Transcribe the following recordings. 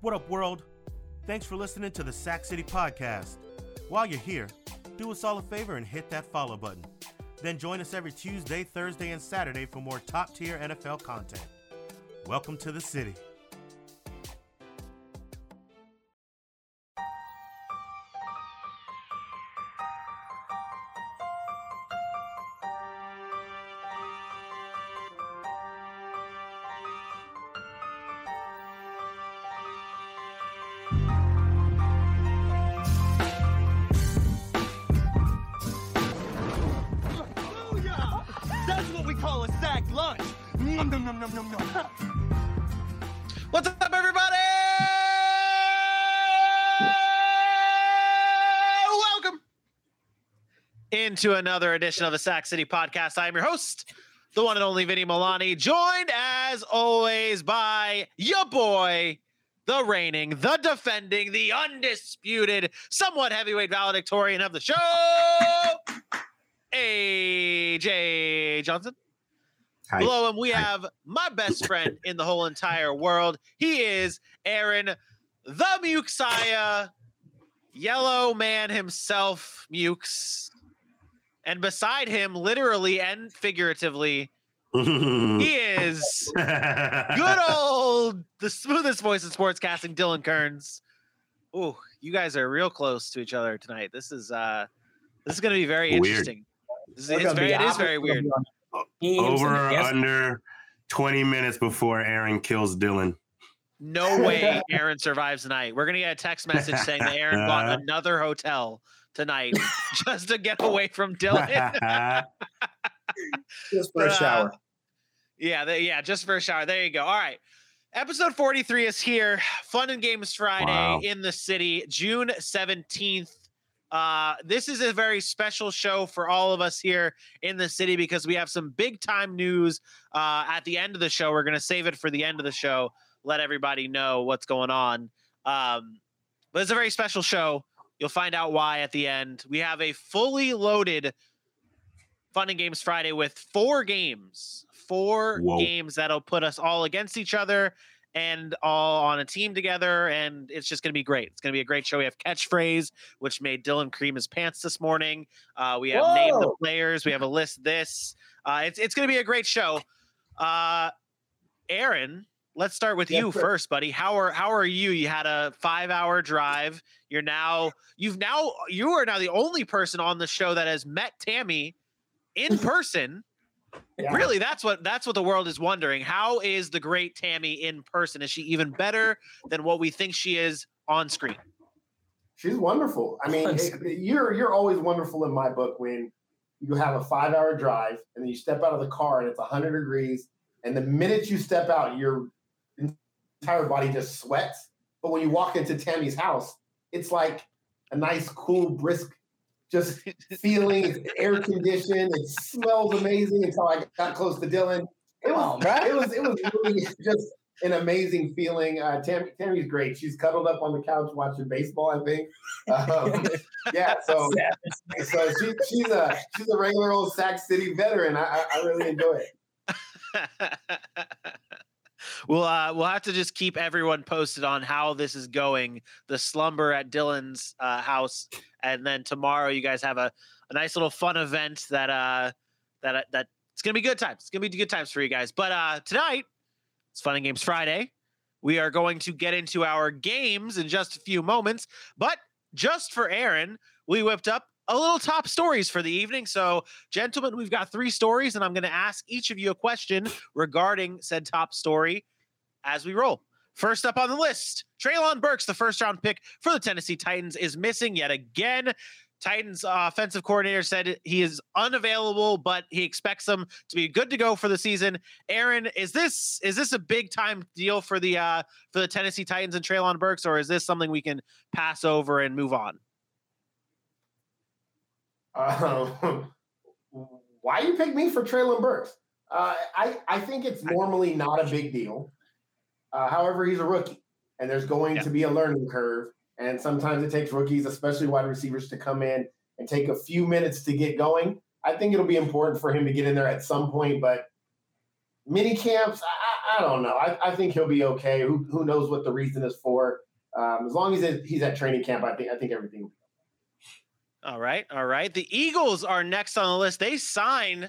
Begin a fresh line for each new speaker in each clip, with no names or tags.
What up, world? Thanks for listening to the Sac City Podcast. While you're here, do us all a favor and hit that follow button. Then join us every Tuesday, Thursday, and Saturday for more top tier NFL content. Welcome to the city.
Hallelujah! That's what we call a sack lunch. Nom, nom, nom, nom, nom, nom. What's up, everybody? Welcome
into another edition of the Sac City Podcast. I am your host, the one and only Vinny Milani, joined as always by your boy, the reigning, the defending, the undisputed, somewhat heavyweight valedictorian of the show, AJ Johnson.
Hi.
Below him, we have my best friend in the whole entire world. He is Aaron the Mukesiah, yellow man himself, Mukes. And beside him, literally and figuratively,
Hmm.
he is good old the smoothest voice in sports casting, Dylan Kearns. Ooh, you guys are real close to each other tonight. This is uh this is gonna be very
Weird.
interesting. This is, it's very, it is very weird.
Over uh, or
Yes.
under 20 minutes before Aaron kills Dylan.
No way Aaron survives tonight. We're gonna get a text message saying that Aaron bought another hotel tonight just to get away from Dylan.
just for a
But, uh,
shower.
Yeah, they, yeah, just for a shower. There you go. All right. Episode 43 is here. Fun and Games Friday
Wow.
in the city, June 17th. Uh, this is a very special show for all of us here in the city because we have some big time news uh, at the end of the show. We're going to save it for the end of the show, let everybody know what's going on. Um, but it's a very special show. You'll find out why at the end. We have a fully loaded Fun and Games Friday with four games, four
Whoa.
games that'll put us all against each other and all on a team together. And it's just going to be great. It's going to be a great show. We have Catchphrase, which made Dylan cream his pants this morning. Uh, we have Name the
Whoa.
Players. We have a list this. Uh, it's it's going to be a great show. Uh, Aaron, let's start with
Yeah,
you
sure.
first, buddy. How are how are you? You had a five hour drive. You're now you've now you are now the only person on the show that has met Tammy in person.
Yeah.
Really, that's what that's what the world is wondering. How is the great Tammy in person? Is she even better than what we think she is on screen?
She's wonderful. I mean,
Thanks.
it- you're you're always wonderful in my book when you have a five hour drive and then you step out of the car and it's hundred degrees, and the minute you step out, your entire body just sweats. But when you walk into Tammy's house, it's like a nice, cool, brisk, just feeling. It's air conditioned. It smells amazing. Until I got close to Dylan, it was it was it was really just an amazing feeling. Uh, Tammy, Tammy's great. She's cuddled up on the couch watching baseball. I think. Um, yeah, so so she, she's a she's a regular old Sac City veteran. I, I, I really enjoy it.
we'll uh, we'll have to just keep everyone posted on how this is going. The slumber at Dylan's uh, house, and then tomorrow you guys have a, a nice little fun event that uh that that it's gonna be good times. It's gonna be good times for you guys. But uh, tonight it's Fun and Games Friday. We are going to get into our games in just a few moments, but just for Aaron, we whipped up a little top stories for the evening. So, gentlemen, we've got three stories, and I'm going to ask each of you a question regarding said top story as we roll. First up on the list, Traylon Burks, the first round pick for the Tennessee Titans, is missing yet again. Titans uh, offensive coordinator said he is unavailable, but he expects him to be good to go for the season. Aaron, is this is this a big time deal for the uh, for the Tennessee Titans and Traylon Burks, or is this something we can pass over and move on?
Um, why you pick me for Traylon Burks? Uh, I I think it's normally not a big deal. Uh, however, he's a rookie, and there's going
Yeah.
to be a learning curve. And sometimes it takes rookies, especially wide receivers, to come in and take a few minutes to get going. I think it'll be important for him to get in there at some point, but mini camps, I, I, I don't know. I, I think he'll be okay. Who, who knows what the reason is for? Um, as long as it- he's at training camp, I think I think everything. will be-
All right, all right. The Eagles are next on the list. They sign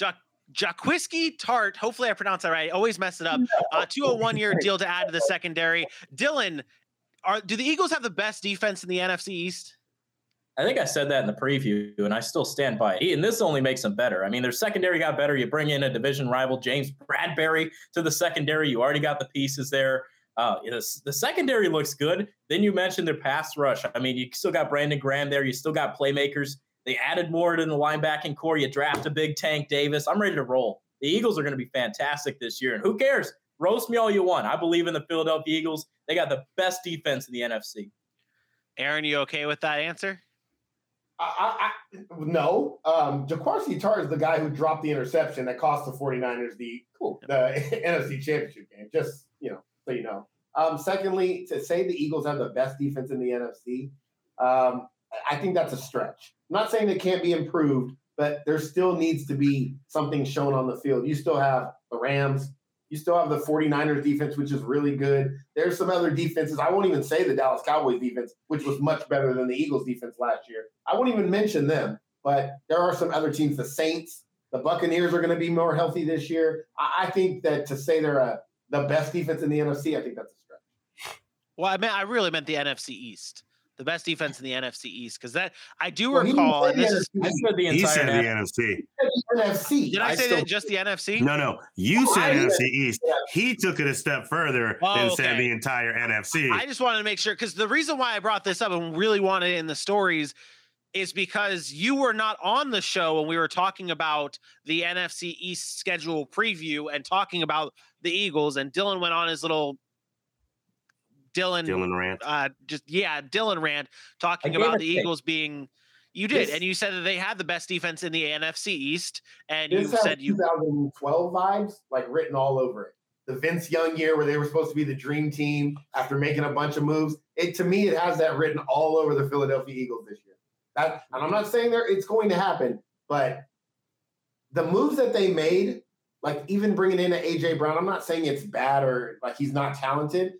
ja- Jaquiski Tart. Hopefully, I pronounced that right. I always mess it up. Uh, to a one-year deal to add to the secondary. Dylan, are do the Eagles have the best defense in the NFC East?
I think I said that in the preview, and I still stand by it. And this only makes them better. I mean, their secondary got better. You bring in a division rival, James Bradbury, to the secondary. You already got the pieces there. Uh, you know, s- the secondary looks good. Then you mentioned their pass rush. I mean, you still got Brandon Graham there. You still got playmakers. They added more to the linebacking core. You draft a big tank Davis. I'm ready to roll. The Eagles are going to be fantastic this year. And who cares? Roast me all you want. I believe in the Philadelphia Eagles. They got the best defense in the NFC.
Aaron, you okay with that answer?
I, I, I no. Um, Jaquarcy Tar is the guy who dropped the interception that cost the 49ers the
Cool.
the NFC Championship game. Just you know, so you know. Um, secondly, to say the Eagles have the best defense in the NFC, um, I- I think that's a stretch. I'm not saying they can't be improved, but there still needs to be something shown on the field. You still have the Rams. You still have the 49ers defense, which is really good. There's some other defenses. I won't even say the Dallas Cowboys defense, which was much better than the Eagles defense last year. I won't even mention them, but there are some other teams, the Saints, the Buccaneers are going to be more healthy this year. I, I think that to say they're a, the best defense in the NFC, I think that's a stretch.
Well, I mean, I really meant the NFC East, the best defense in the NFC East, because that I do
Well, he didn't
recall.
say
And this is,
I said the
He
entire
said
nat-
the NFC.
the NFC.
did I,
I
say
still-
that just the NFC?
No, no. You
Oh,
said
I-
NFC East. He took it a step further
Oh,
and
okay.
said the entire NFC.
I just wanted to make sure because the reason why I brought this up and really wanted it in the stories is because you were not on the show when we were talking about the NFC East schedule preview and talking about the Eagles, and Dylan went on his little Dylan,
Dylan Rand.
uh just yeah, Dylan rant talking
gave
about
a
the
pick.
Eagles being you did,
This-
and you said that they had the best defense in the NFC East, and you
This has
said you
2012 vibes, like written all over it. The Vince Young year where they were supposed to be the dream team after making a bunch of moves. It to me, it has that written all over the Philadelphia Eagles this year. That, and I'm not saying there it's going to happen, but the moves that they made, like even bringing in a AJ Brown, I'm not saying it's bad or like he's not talented.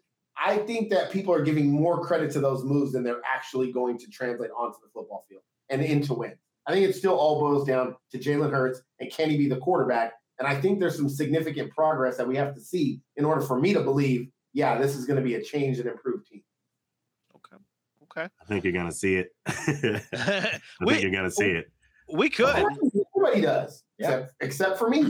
I think that people are giving more credit to those moves than they're actually going to translate onto the football field and into wins. I think it still all boils down to Jalen Hurts and can he be the quarterback? And I think there's some significant progress that we have to see in order for me to believe, yeah, this is going to be a change and improved team.
okay.
I think you're gonna see it. I think
we
you're gonna see it.
we could.
Everybody does,
Yeah.
except, except for me.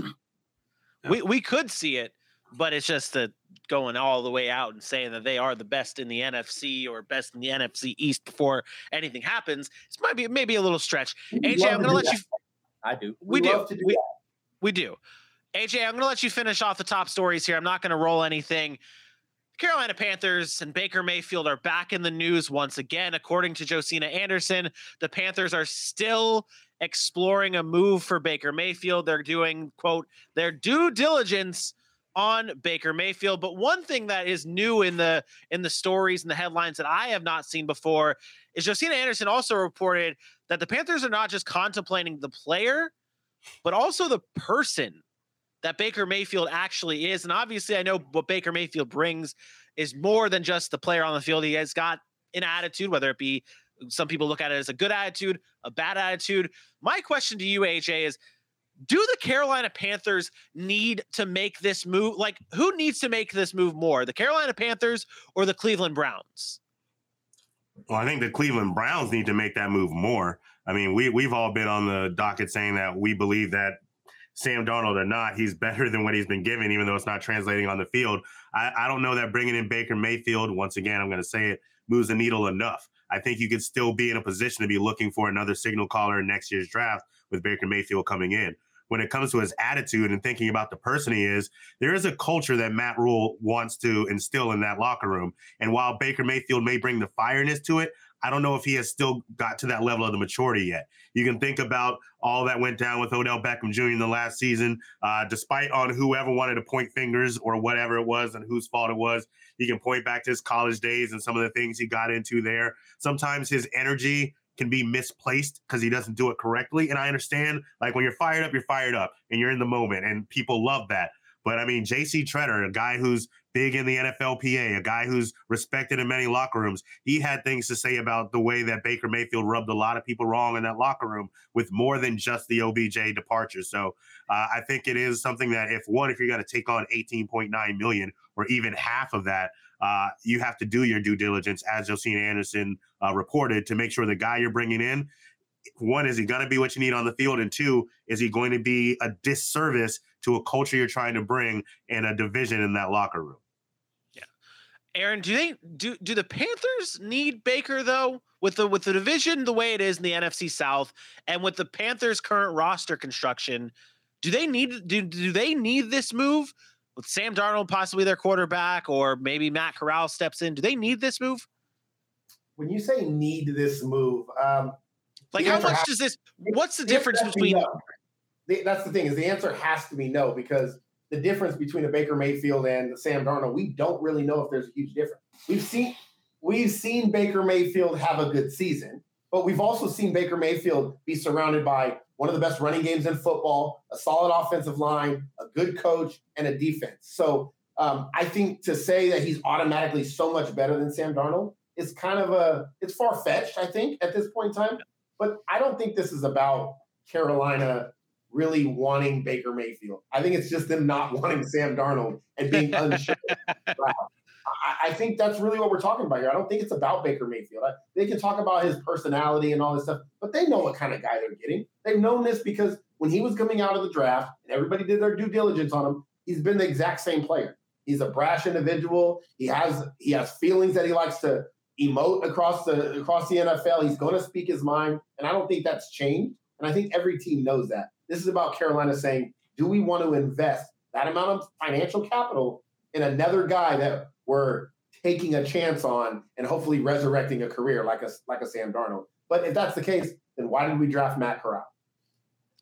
Yeah.
we we could see it, but it's just that going all the way out and saying that they are the best in the NFC or best in the NFC East before anything happens. This might be maybe a little stretch. AJ, I'm gonna let you.
I do.
We,
We
do.
love to do
we, we do. AJ, I'm gonna let you finish off the top stories here. I'm not gonna roll anything. Carolina Panthers and Baker Mayfield are back in the news once again. According to Josina Anderson, the Panthers are still exploring a move for Baker Mayfield. They're doing, quote, their due diligence on Baker Mayfield. But one thing that is new in the in the stories and the headlines that I have not seen before is Josina Anderson also reported that the Panthers are not just contemplating the player, but also the person that Baker Mayfield actually is. And obviously, I know what Baker Mayfield brings is more than just the player on the field. He has got an attitude, whether it be some people look at it as a good attitude, a bad attitude. My question to you, AJ, is do the Carolina Panthers need to make this move? Like, who needs to make this move more, the Carolina Panthers or the Cleveland Browns?
Well, I think the Cleveland Browns need to make that move more. I mean, we we've all been on the docket saying that we believe that Sam Darnold or not, he's better than what he's been given, even though it's not translating on the field. I, I don't know that bringing in Baker Mayfield, once again, I'm going to say it, moves the needle enough. I think you could still be in a position to be looking for another signal caller in next year's draft with Baker Mayfield coming in. When it comes to his attitude and thinking about the person he is, there is a culture that Matt Rule wants to instill in that locker room. And while Baker Mayfield may bring the fireness to it, I don't know if he has still got to that level of the maturity yet. You can think about all that went down with Odell Beckham Jr. in the last season, uh, despite on whoever wanted to point fingers or whatever it was and whose fault it was. You can point back to his college days and some of the things he got into there. Sometimes his energy can be misplaced because he doesn't do it correctly. And I understand, like, when you're fired up, you're fired up and you're in the moment, and people love that. But I mean, J.C. Treader, a guy who's big in the NFLPA, a guy who's respected in many locker rooms, he had things to say about the way that Baker Mayfield rubbed a lot of people wrong in that locker room with more than just the OBJ departure. So uh, I think it is something that if one, if you're going to take on 18.9 million or even half of that, uh, you have to do your due diligence, as Josina Anderson uh, reported, to make sure the guy you're bringing in, one, is he going to be what you need on the field? And two, is he going to be a disservice to a culture you're trying to bring and a division in that locker room?
Yeah, Aaron, do they do do the Panthers need Baker though? With the with the division the way it is in the NFC South, and with the Panthers' current roster construction, do they need do, do they need this move? with Sam Darnold possibly their quarterback, or maybe Matt Corral steps in. Do they need this move?
When you say need this move, um,
like how much has, does this? What's the, the difference between?
Be no. the, that's the thing is the answer has to be no because the difference between a Baker Mayfield and Sam Darnold, we don't really know if there's a huge difference. We've seen we've seen Baker Mayfield have a good season, but we've also seen Baker Mayfield be surrounded by one of the best running games in football, a solid offensive line, a good coach, and a defense. So um, I think to say that he's automatically so much better than Sam Darnold is kind of a it's far fetched. I think at this point in time, but I don't think this is about Carolina really wanting Baker Mayfield. I think it's just them not wanting Sam Darnold and being unsure. Wow. I, I think that's really what we're talking about here. I don't think it's about Baker Mayfield. I, they can talk about his personality and all this stuff, but they know what kind of guy they're getting. They've known this because when he was coming out of the draft and everybody did their due diligence on him, he's been the exact same player. He's a brash individual. He has he has feelings that he likes to emote across the across the NFL. He's going to speak his mind, and I don't think that's changed. And I think every team knows that. This is about Carolina saying, do we want to invest that amount of financial capital in another guy that we're taking a chance on and hopefully resurrecting a career like a like a Sam Darnold. But if that's the case, then why did we draft Matt Corral?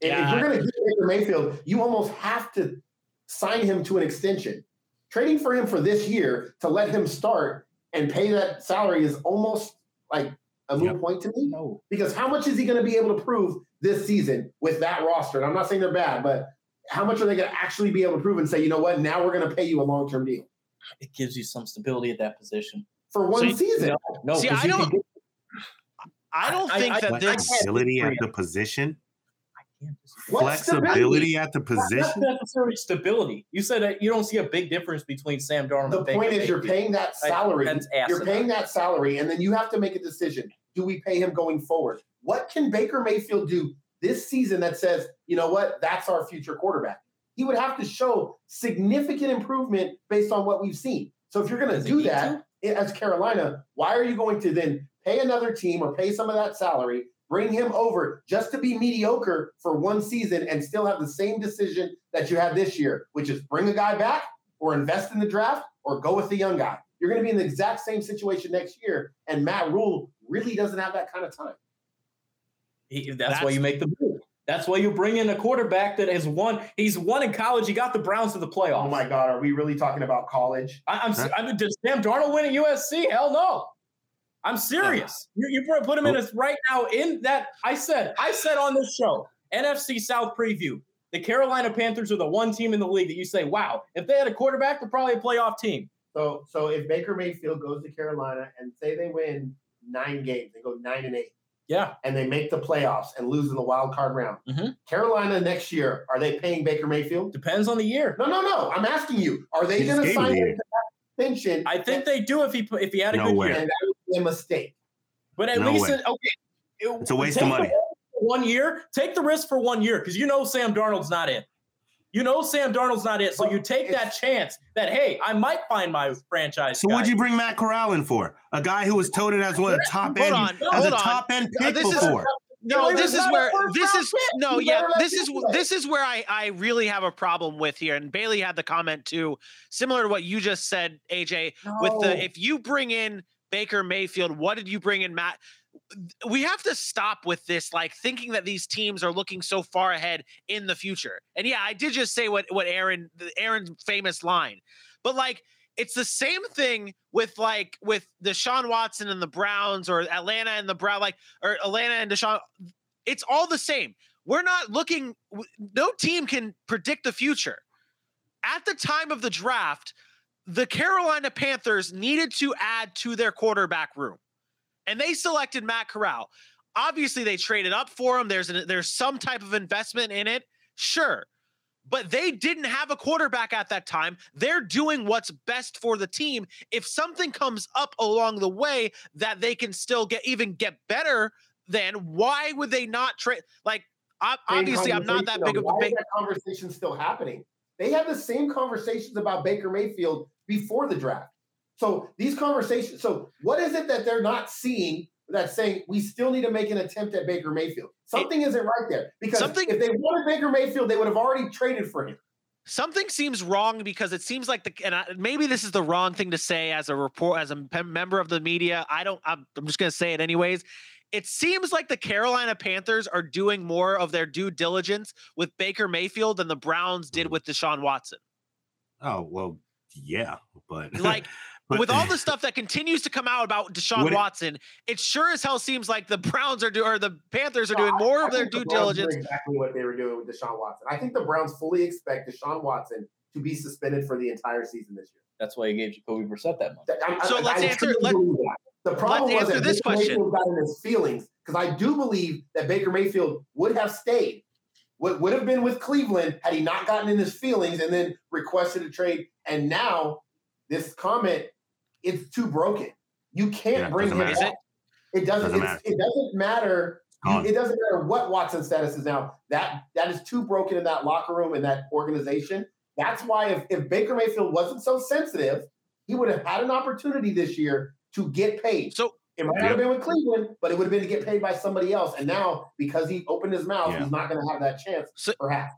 And yeah. if you're going to get Baker Mayfield, you almost have to sign him to an extension. Trading for him for this year to let him start and pay that salary is almost like a moot yep. point to me. No. Because how much is he going to be able to prove this season with that roster? And I'm not saying they're bad, but how much are they going to actually be able to prove and say, you know what, now we're going to pay you a long term deal?
it gives you some stability at that position
for one so, season.
No, no
see, I don't. Get, I don't think I, I, that I, this
flexibility at the position. Flexibility at the position.
Not necessarily stability. You said that you don't see a big difference between Sam Darnold.
The point is, you're paying that salary. you're paying that salary, and then you have to make a decision. Do we pay him going forward? What can Baker Mayfield do this season that says, you know what, that's our future quarterback? he would have to show significant improvement based on what we've seen. So if you're going to do that to? as Carolina, why are you going to then pay another team or pay some of that salary, bring him over just to be mediocre for one season and still have the same decision that you had this year, which is bring a guy back or invest in the draft or go with the young guy. You're going to be in the exact same situation next year, and Matt Rule really doesn't have that kind of time.
He, that's, that's why you make the move. That's why you bring in a quarterback that has won. He's won in college. He got the Browns to the playoffs.
Oh my God, are we really talking about college?
I, am huh? I'm. Did Sam Darnold win at USC? Hell no. I'm serious. Uh, you, you, put him in a, right now in that. I said. I said on this show, NFC South preview. The Carolina Panthers are the one team in the league that you say, wow, if they had a quarterback, they're probably a playoff team.
So, so if Baker Mayfield goes to Carolina and say they win nine games, they go nine and eight.
Yeah.
And they make the playoffs and lose in the wild card round. Mm-hmm. Carolina next year, are they paying Baker Mayfield?
Depends on the year.
No, no, no. I'm asking you, are they going to sign him extension?
I think they do if he if he had a no good way. year.
And that would be a mistake.
But at no least, it, okay.
It, it's a waste of money.
One year, take the risk for one year because you know Sam Darnold's not in. You know Sam Darnold's not it, so but you take that chance that hey, I might find my franchise.
So
guy.
what'd you bring Matt Corral in for? A guy who was touted as one of top end on, as a top on. end pick no, before.
Is, no, this is where this is no, yeah, this is this is where I I really have a problem with here. And Bailey had the comment too, similar to what you just said, AJ. No. With the if you bring in Baker Mayfield, what did you bring in Matt? we have to stop with this like thinking that these teams are looking so far ahead in the future and yeah i did just say what what aaron aaron's famous line but like it's the same thing with like with the Deshaun Watson and the Browns or Atlanta and the Brown like or Atlanta and Deshaun it's all the same. We're not looking no team can predict the future at the time of the draft, the Carolina Panthers needed to add to their quarterback room, and they selected Matt Corral. Obviously, they traded up for him. There's an, there's some type of investment in it, sure, but they didn't have a quarterback at that time. They're doing what's best for the team. If something comes up along the way that they can still get even get better, then why would they not trade? Like I, obviously, I'm not that big of a
why is
big.
that conversation still happening? They had the same conversations about Baker Mayfield before the draft. So these conversations. So what is it that they're not seeing that's saying we still need to make an attempt at Baker Mayfield? Something is isn't right there because
Something-
if they wanted Baker Mayfield, they would have already traded for him.
something seems wrong because it seems like the and I, maybe this is the wrong thing to say as a report as a mem- member of the media i don't i'm, I'm just going to say it anyways it seems like the carolina panthers are doing more of their due diligence with baker mayfield than the browns did with deshaun watson
Oh well, yeah, but
like
but-
with all the stuff that continues to come out about deshaun
What it-
watson it sure as hell seems like the browns are do or the panthers are
No,
doing
I-
more
I
of their
think the
due
Browns knew
diligence
Exactly what they were doing with Deshaun Watson. I think the Browns fully expect Deshaun Watson to be suspended for the entire season this year.
That's why he gave Jacoby Brissett that much.
That- I'm-
So
I-
let's
I
answer-
truly
let-
believe that. the problem
let's
was
answer
that
this
Baker
question.
Mayfield got in his feelings because I do believe that Baker Mayfield would have stayed, would, would have been with Cleveland had he not gotten in his feelings and then requested a trade. And now this comment, it's too broken. You can't
Yeah, it
bring him
doesn't
back.
matter.
It, doesn't,
Doesn't
it's- It doesn't matter. You-
gone.
it doesn't matter what Watson's status is now. That that is too broken in that locker room and that organization. That's why if, if Baker Mayfield wasn't so sensitive, he would have had an opportunity this year to get paid.
so
It might
Yep.
not have been with Cleveland, but it would have been to get paid by somebody else. And now, because he opened his mouth,
Yeah.
he's not going to have that chance.
So-
perhaps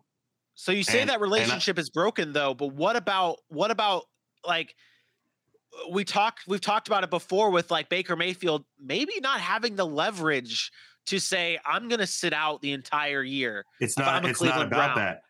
So you say
And-
that relationship is broken though, but what about what about like uh, we talked we've talked about it before with like Baker Mayfield maybe not having the leverage to say I'm going to sit out the entire year.
It's
If I'm
not.
a
It's not
Cleveland
about
Brown.
that.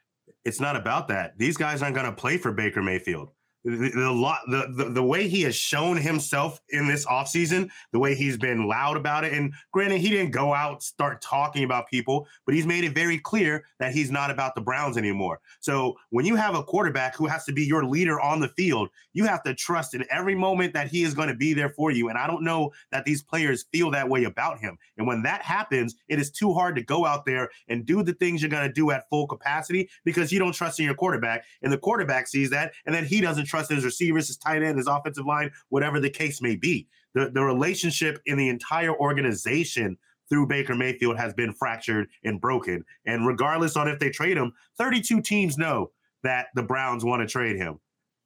It's not about that. These guys aren't going to play for Baker Mayfield. The, the, the lot, the, the the way he has shown himself in this offseason, the way he's been loud about it, and granted, he didn't go out start talking about people, but he's made it very clear that he's not about the Browns anymore. So when you have a quarterback who has to be your leader on the field, you have to trust in every moment that he is going to be there for you. And I don't know that these players feel that way about him. And when that happens, it is too hard to go out there and do the things you're going to do at full capacity because you don't trust in your quarterback. And the quarterback sees that. And then he doesn't trust his receivers, his tight end, his offensive line, whatever the case may be. The, the relationship in the entire organization through Baker Mayfield has been fractured and broken. And regardless on if they trade him, 32 teams know that the Browns want to trade him.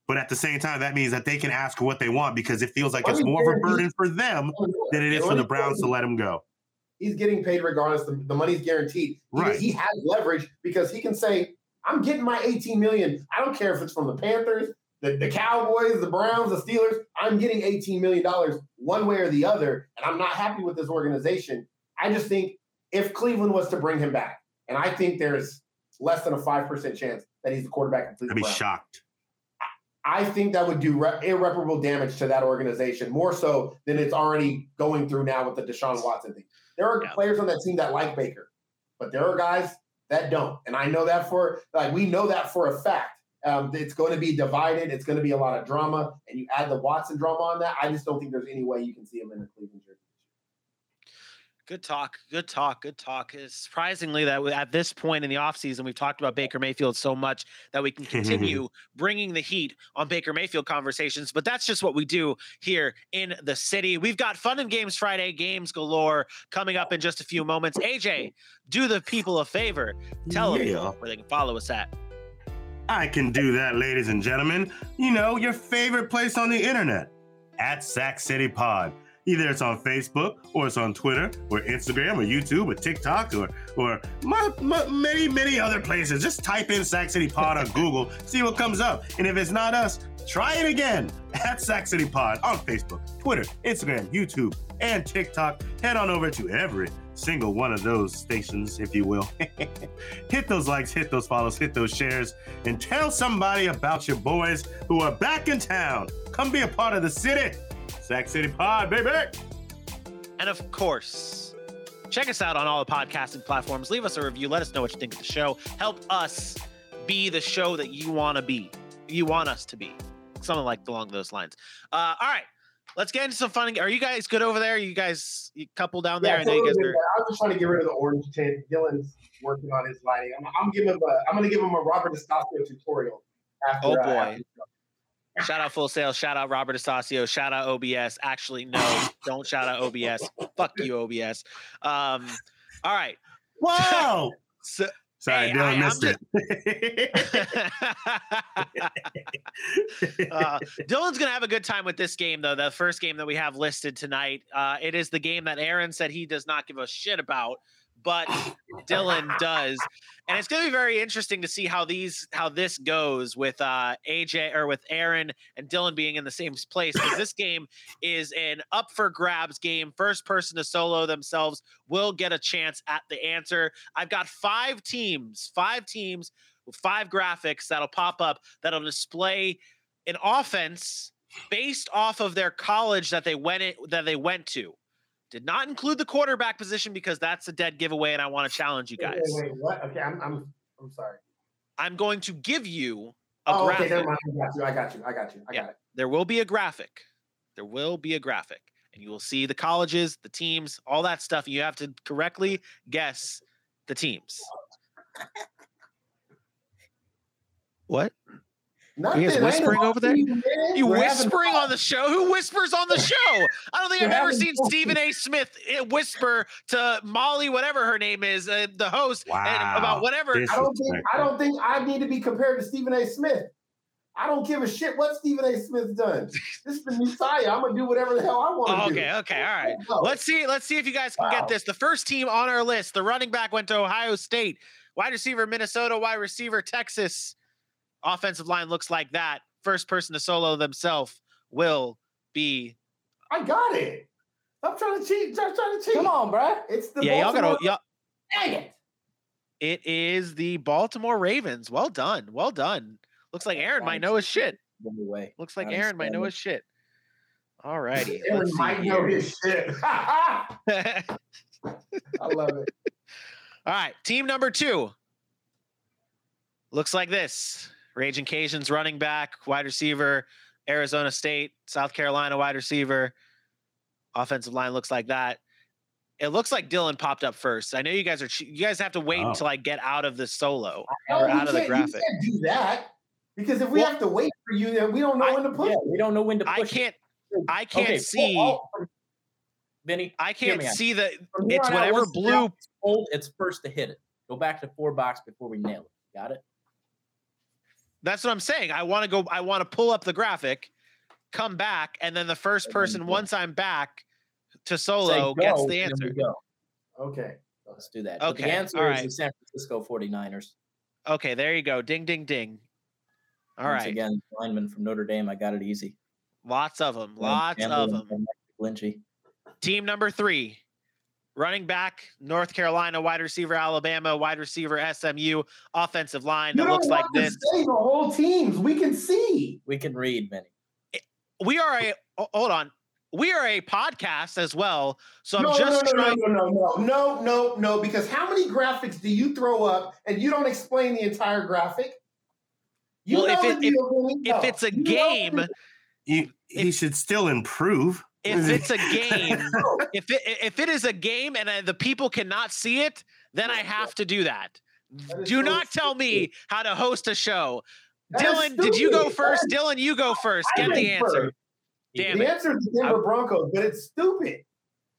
But at the same time, that means that they can ask what they want because it feels like
Why
it's
would
more of a
Jeremy-
burden for them than it is for the Browns to let him go.
He's getting paid regardless. The, the money's guaranteed. He-
Right.
He, has leverage because he can say, "I'm getting my 18 million. I don't care if it's from the Panthers, the, the Cowboys, the Browns, the Steelers. I'm getting 18 million dollars one way or the other, and I'm not happy with this organization. I just think if Cleveland was to bring him back, and I think there's less than a five percent chance that he's the quarterback of
I'd
Cleveland.
be
Browns.
shocked.
I think that would do re- irreparable damage to that organization more so than it's already going through now with the Deshaun Watson thing. There are
Yeah.
players on that team that like Baker, but there are guys that don't, and I know that for like we know that for a fact. Um, it's going to be divided. It's going to be a lot of drama, and you add the Watson drama on that. I just don't think there's any way you can see him in the Cleveland jersey.
Good talk. Good talk. Good talk. It's surprisingly that we- at this point in the offseason, we've talked about Baker Mayfield so much that we can continue bringing the heat on Baker Mayfield conversations. But that's just what we do here in the city. We've got fun and games Friday, games galore coming up in just a few moments. AJ, do the people a favor. Tell them
Yeah.
where they can follow us at.
I can do that, ladies and gentlemen. You know, your favorite place on the internet at Sac City Pod. Either it's on Facebook or it's on Twitter or Instagram or YouTube or TikTok or or my, my, many many other places. Just type in Sac City Pod on Google, see what comes up, and if it's not us, try it again at Sac City Pod on Facebook, Twitter, Instagram, YouTube, and TikTok. Head on over to every single one of those stations, if you will. hit those likes, hit those follows, hit those shares and tell somebody about your boys who are back in town. Come be a part of the city. Sac City Pod, baby.
And of course, check us out on all the podcasting platforms. Leave us a review. Let us know what you think of the show. Help us be the show that you want to be. you want us to be. Something like along those lines. Uh, all right. Let's get into some fun. Are you guys good over there? You guys, you couple down there.
Yeah,
I know you guys
totally
are.
good. I was just trying to get rid of the orange tint. Dylan's working on his lighting. I'm, I'm giving him a. I'm going to give him a Robert Estacio tutorial. After,
Oh,
uh,
boy.
after-
Shout out Full Sail. Shout out Robert Astacio. Shout out OBS. Actually, no, don't shout out OBS. Fuck you, OBS. Um, all right.
Whoa!
So,
Sorry,
Hey,
Dylan
I- I'm
missed it.
Uh, Dylan's gonna have a good time with this game, though. The first game that we have listed tonight, uh, it is the game that Aaron said he does not give a shit about, but Dylan does, and it's gonna be very interesting to see how these how this goes with uh, AJ or with Aaron and Dylan being in the same place because this game is an up for grabs game. First person to solo themselves will get a chance at the answer. I've got five teams, five teams. with Five graphics that'll pop up that'll display an offense based off of their college that they went it, that they went to. Did not include the quarterback position because that's a dead giveaway, and I want to challenge you guys.
wait, wait, wait, what? Okay, I'm. I'm. I'm sorry.
I'm going to give you a
Oh, okay.
graphic.
Never mind. I got you. I got you. I got you. I
Yeah.
got it.
there will be a graphic. There will be a graphic, and you will see the colleges, the teams, all that stuff. You have to correctly guess the teams. What?
Nothing. I ain't
whispering over there?
watching You, man.
You
We're having
whispering
fun.
on the show? Who whispers on the show? I don't think
We're
I've ever
having
seen
fun.
Stephen A. Smith eh, whisper to Molly, whatever her name is, uh, the host, and
Wow.
about whatever.
This-
I don't think I don't think I need to be compared to Stephen A. Smith. I don't give a shit what Stephen A. Smith's done. This is the Messiah. I'm gonna do whatever the hell I want to
Oh,
do.
okay, okay, all right.
No.
Let's see. Let's see if you guys can
Oh. Wow.
get this. The first team on our list. The running back went to Ohio State. Wide receiver Minnesota. Wide receiver Texas. Offensive line looks like that. First person to solo themselves will be.
I got it. I'm trying to cheat. I'm trying to cheat.
Come on, bruh.
It's the
yeah, y'all gotta.
Baltimore-
Y'all,
Dang it.
It is the Baltimore Ravens. Well done. Well done. Looks like Aaron might know his shit.
Anyway,
Looks like
I'm
Aaron might know
standing.
his shit. All righty.
Aaron might know his shit. I
All
love it.
right. Team number two. Looks like this Raging Cajuns running back, wide receiver, Arizona State, South Carolina wide receiver. Offensive line looks like that. It looks like Dylan popped up first. I know you guys are, you guys have to wait
Oh.
until I get out of the solo.
No,
We're
you
out of the
can't-
graphic.
You can't do that because if we
Well-
have to wait for you, then we don't know
I-
when to put
Yeah,
it.
we don't know when to push.
I
it.
can't, I can't
Okay, pull
see.
all from- Vinny,
I
Hear
can't
me out.
see the.
from here
It's
on out,
whatever
once the
blue.
out's Old, it's first to hit it. Go back to four box before we nail it. Got it?
That's what I'm saying. I want to go. I want to pull up the graphic, come back, and then the first
And then
person
go.
once I'm back to
Say
solo gets
go,
the
and then we
answer.
Go.
Okay.
Let's do that. But
Okay,
the answer
all
is
right.
the San Francisco 49ers.
Okay, there you go. Ding, ding, ding. All
Once
right,
Again, lineman from Notre Dame. I got it easy.
lots of them.
Glenn
Lots
Campbell
of
and-
them.
and Mike Lynchy.
Team number three, running back North Carolina, wide receiver Alabama, wide receiver SMU, offensive line
You
that
don't
looks like
want to
this.
say the whole teams. We can see.
We can read, Vinny.
We are a. oh, Hold on. We are a podcast as well, so I'm
no,
just
no, no,
trying.
no, no, no, no, no, no, no, because how many graphics do you throw up and you don't explain the entire graphic? You
Well,
know
if
the
it- if-
deal, Vinny.
If
No.
it's a
You know-
game,
You, he should still improve.
if it's a game, if it if it is a game and uh the people cannot see it, then I have to do that.
That is
Do
so
not tell me how to host a show.
That is
Dylan, did you go
stupid.
first? Dylan, you go first.
I
Get the
went
answer.
first.
Damn
the
it.
answer is the Denver Broncos, but it's stupid.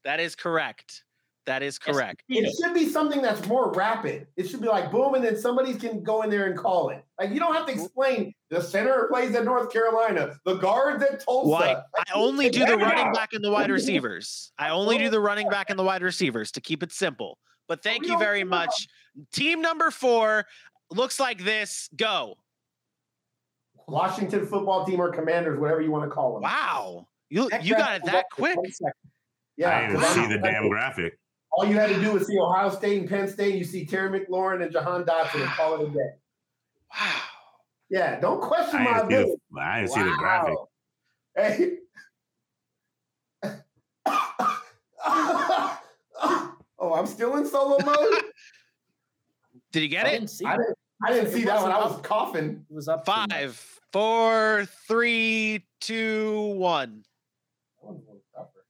That is correct. That is correct.
Beat
It should be something that's more rapid. It should be like boom, and then somebody can go in there and call it. Like you don't have to explain the center plays at North Carolina, the guards at Tulsa.
Why? I
Like,
only
you
do
can
the
figure it
running
out.
back and the wide receivers. I only do the running back and the wide receivers to keep it simple. But thank
We
you
don't
very
care.
much. Team number four looks like this. Go.
Washington football team or commanders, whatever you want to call them.
Wow. You
That
you got
graphic
it
was
that
up for
quick.
10 seconds.
I didn't
'cause I'm-
see the damn graphic.
All you had to do was see Ohio State and Penn State. You see Terry McLaurin and Jahan Dotson and call it a day.
Wow.
Yeah, don't question
I
my
didn't, see
ability.
the, I didn't see the graphic.
Wow. Hey. oh, I'm still in solo mode?
Did you get
I
it?
didn't see
I
it.
didn't, I didn't
It
see that one. I
wasn't
was coughing.
It was up too much.
Five, Four, three, two, one.
That one's a little tougher.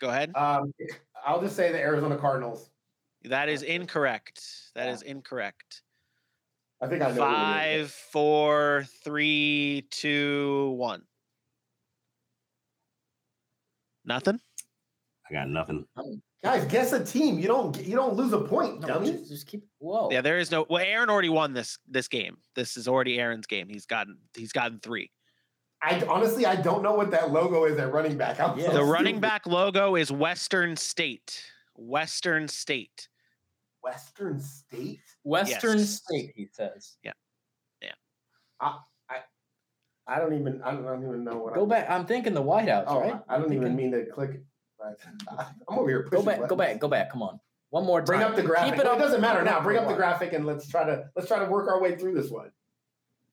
Go ahead.
Um, I'll just say the Arizona Cardinals.
That is incorrect. That is incorrect.
I think I know. who it
Five,
is.
four, three, two, one. Nothing.
I got nothing.
Guys, guess a team. You don't. You don't lose a point,
No,
dummy.
just, just keep.
Oh.
Whoa.
Yeah, there is no. Well, Aaron already won this this game. This is already Aaron's game. He's gotten he's gotten three.
I honestly, I don't know what that logo is at running back. I'm
Yeah.
so
The running
stupid.
back logo is Western State. Western State.
Western State.
Western
Yes.
State, he says.
I don't even. I don't, I don't even know what.
Go
I'm,
back. I'm thinking the whiteouts,
Oh,
right?
I don't even
Thinking-
mean to click. I'm over here.
Go
Pushing
back. Go
buttons.
back. Go back. Come on. One more time.
Bring up the graphic.
Keep it
Well,
up.
it doesn't matter now. Bring up the
graphic.
graphic and let's try to let's try to work our way through this one.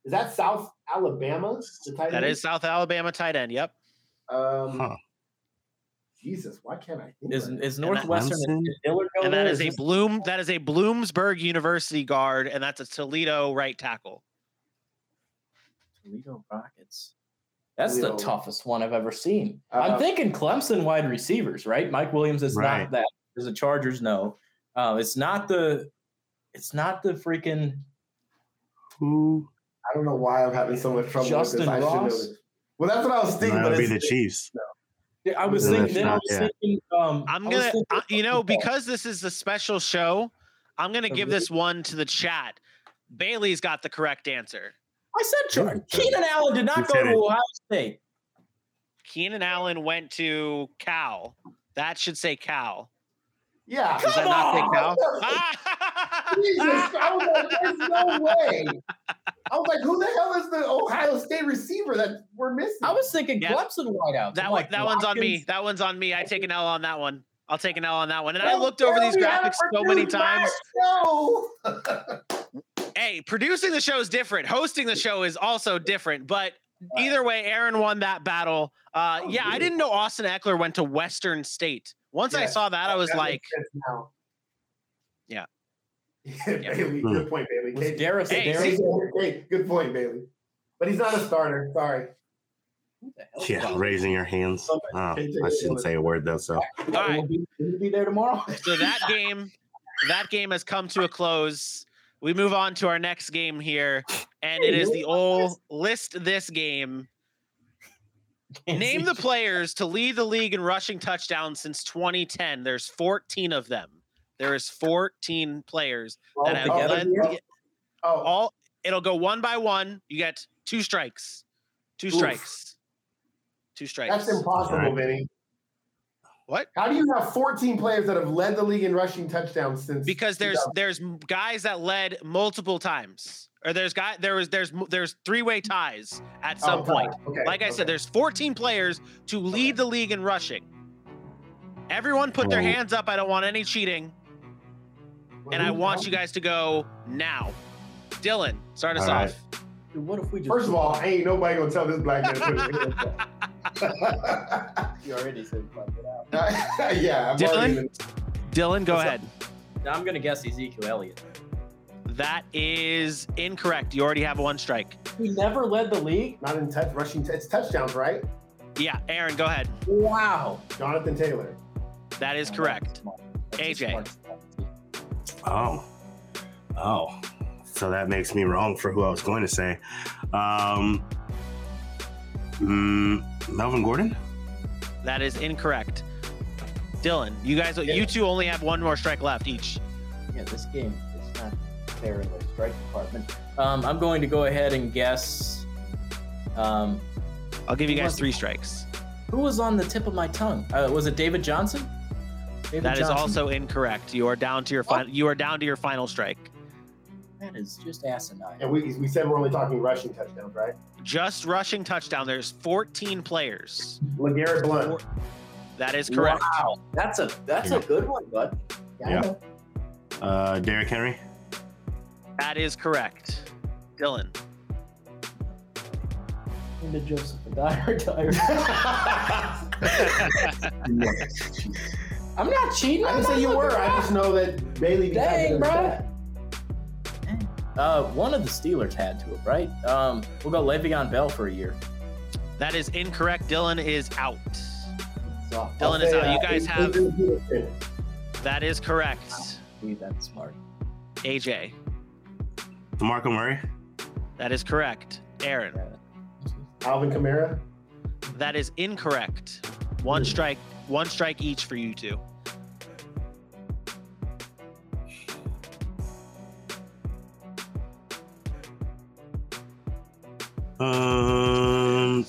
Is that South Alabama? The tight
That
end?
is South Alabama tight end. Yep.
Um,
Huh.
Jesus, why can't I? Think
Is
right
is Northwestern
Clemson?
Oh, is Dillard go
And that
there?
is a
this-
Bloom. That is a Bloomsburg University guard, and that's a Toledo right tackle.
Toledo Rockets. That's the
Toledo.
toughest one I've ever seen.
Uh,
I'm thinking Clemson wide receivers, right? Mike Williams is
Right.
not that. Is the Chargers? No, uh, it's not the. It's not the freaking.
Who?
I don't know why I'm having so much trouble with
Justin
this. I should know
Ross?
this. Well, that's what I was thinking.
That
But
would be
it's,
the Chiefs.
Yeah, I was
No,
thinking.
that's
Then I
not-
was
yeah.
thinking. Um,
I'm
I was
gonna,
thinking
I, you know,
football.
because this is the special show, I'm gonna give this one to the chat. Bailey's got the correct answer.
I said Char-
Yeah.
Keenan Allen did
You
not go
said
to
it.
Ohio State.
Keenan Allen went to Cal. That should say Cal.
yeah.
Does that
Come
not say
on!
Cal?
Jesus, I was like, there's no way. I was like, who the hell is the Ohio State receiver that we're missing?
I was thinking
Yeah.
Clemson wideouts.
that
I'm
one,
like,
that one's on me.
Watkins-
That one's on me. I take an L on that one. I'll take an L on that one. And I
Don't
looked over
tell
these
me how to
graphics so many
produce
times.
my show.
hey, producing the show is different. Hosting the show is also different. But either way, Aaron won that battle. Uh,
Oh,
yeah, I
dude.
didn't know Austin Eckler went to Western State. Once I
Yes.
saw that, I was
That
like,
makes sense now.
Yeah.
Yeah, Bailey, good point, Bailey.
Was
Hey,
Darius-
Hey,
Darius-
Bailey, hey, good point, Bailey. But he's not a starter. Sorry.
Who the hell is
Yeah,
that?
raising your hands. Oh, I shouldn't say a word though. So
all right.
Will be, will be there tomorrow.
So that game, that game has come to a close. We move on to our next game here, and it is the old list this game. Name the players to lead the league in rushing touchdowns since 2010. There's 14 of them. There is 14 players that have
Oh,
oh,
led
yeah.
the,
oh,
all it'll go one by one. You get two strikes. Two
Oof.
strikes. Two strikes.
that's impossible,
All right.
Vinny.
What?
How do you have 14 players that have led the league in rushing touchdowns since?
Because there's
2000?
there's m- guys that led multiple times. Or there's guy there was there's m- there's three-way ties at some
Oh,
point.
okay,
Like I said,
okay.
there's 14 players to lead the league in rushing. Everyone put their
Well-
hands up. I don't want any cheating. And I want you guys to go now. Dylan, start us
All right.
off.
Dude, what if we just
First of all, ain't nobody gonna tell this black man. to put his hands up.
you already said fuck it out.
yeah, I'm already
Dylan? Dylan, go
What's up?
ahead.
Now I'm gonna guess Ezekiel Elliott.
That is incorrect. You already have one strike.
He never led the league.
not in touch rushing. T- it's touchdowns, right?
Yeah, Aaron, go ahead.
Wow.
Jonathan Taylor.
That is
Oh, that's
correct.
smart. That's a
AJ.
smart strategy.
oh, oh, so that makes me wrong for who I was going to say. Um, mm, Melvin Gordon.
That is incorrect. Dylan, you guys, you two only have one more strike left each.
Yeah, this game is not fair in the strike department. Um, I'm going to go ahead and guess. Um,
I'll give you
Who
guys
was-
three strikes.
who was on the tip of my tongue? Uh, was it David Johnson? David
That is
Johnson.
also incorrect. You are down to your final. You are down to your final strike.
That is just asinine.
And we, we said we're only talking rushing touchdowns, right?
Just rushing touchdown. There's 14 players.
LeGarrette Blunt.
That is correct.
Wow, that's a that's a good one, bud.
I Yeah. Uh, Derrick Henry.
That is correct. Dylan,
Into Joseph and Dyer. Dyer. I'm not cheating.
I
I'm
didn't
not
say you
looking
were. I
back.
just know that Bailey. be
Dang,
talking to the
bruh.
chat.
Uh, one of the Steelers had to have, right? Um, we'll go Le'Veon Bell for a year.
That is incorrect. Dylan is out.
So I'll
Dylan is
say,
out.
uh,
You guys have.
Adrian Peterson.
That is correct.
Ooh, that's smart.
AJ.
DeMarco Murray.
That is correct. Aaron.
Alvin Kamara.
That is incorrect. One
Hmm.
strike. One strike each for you two.
Um,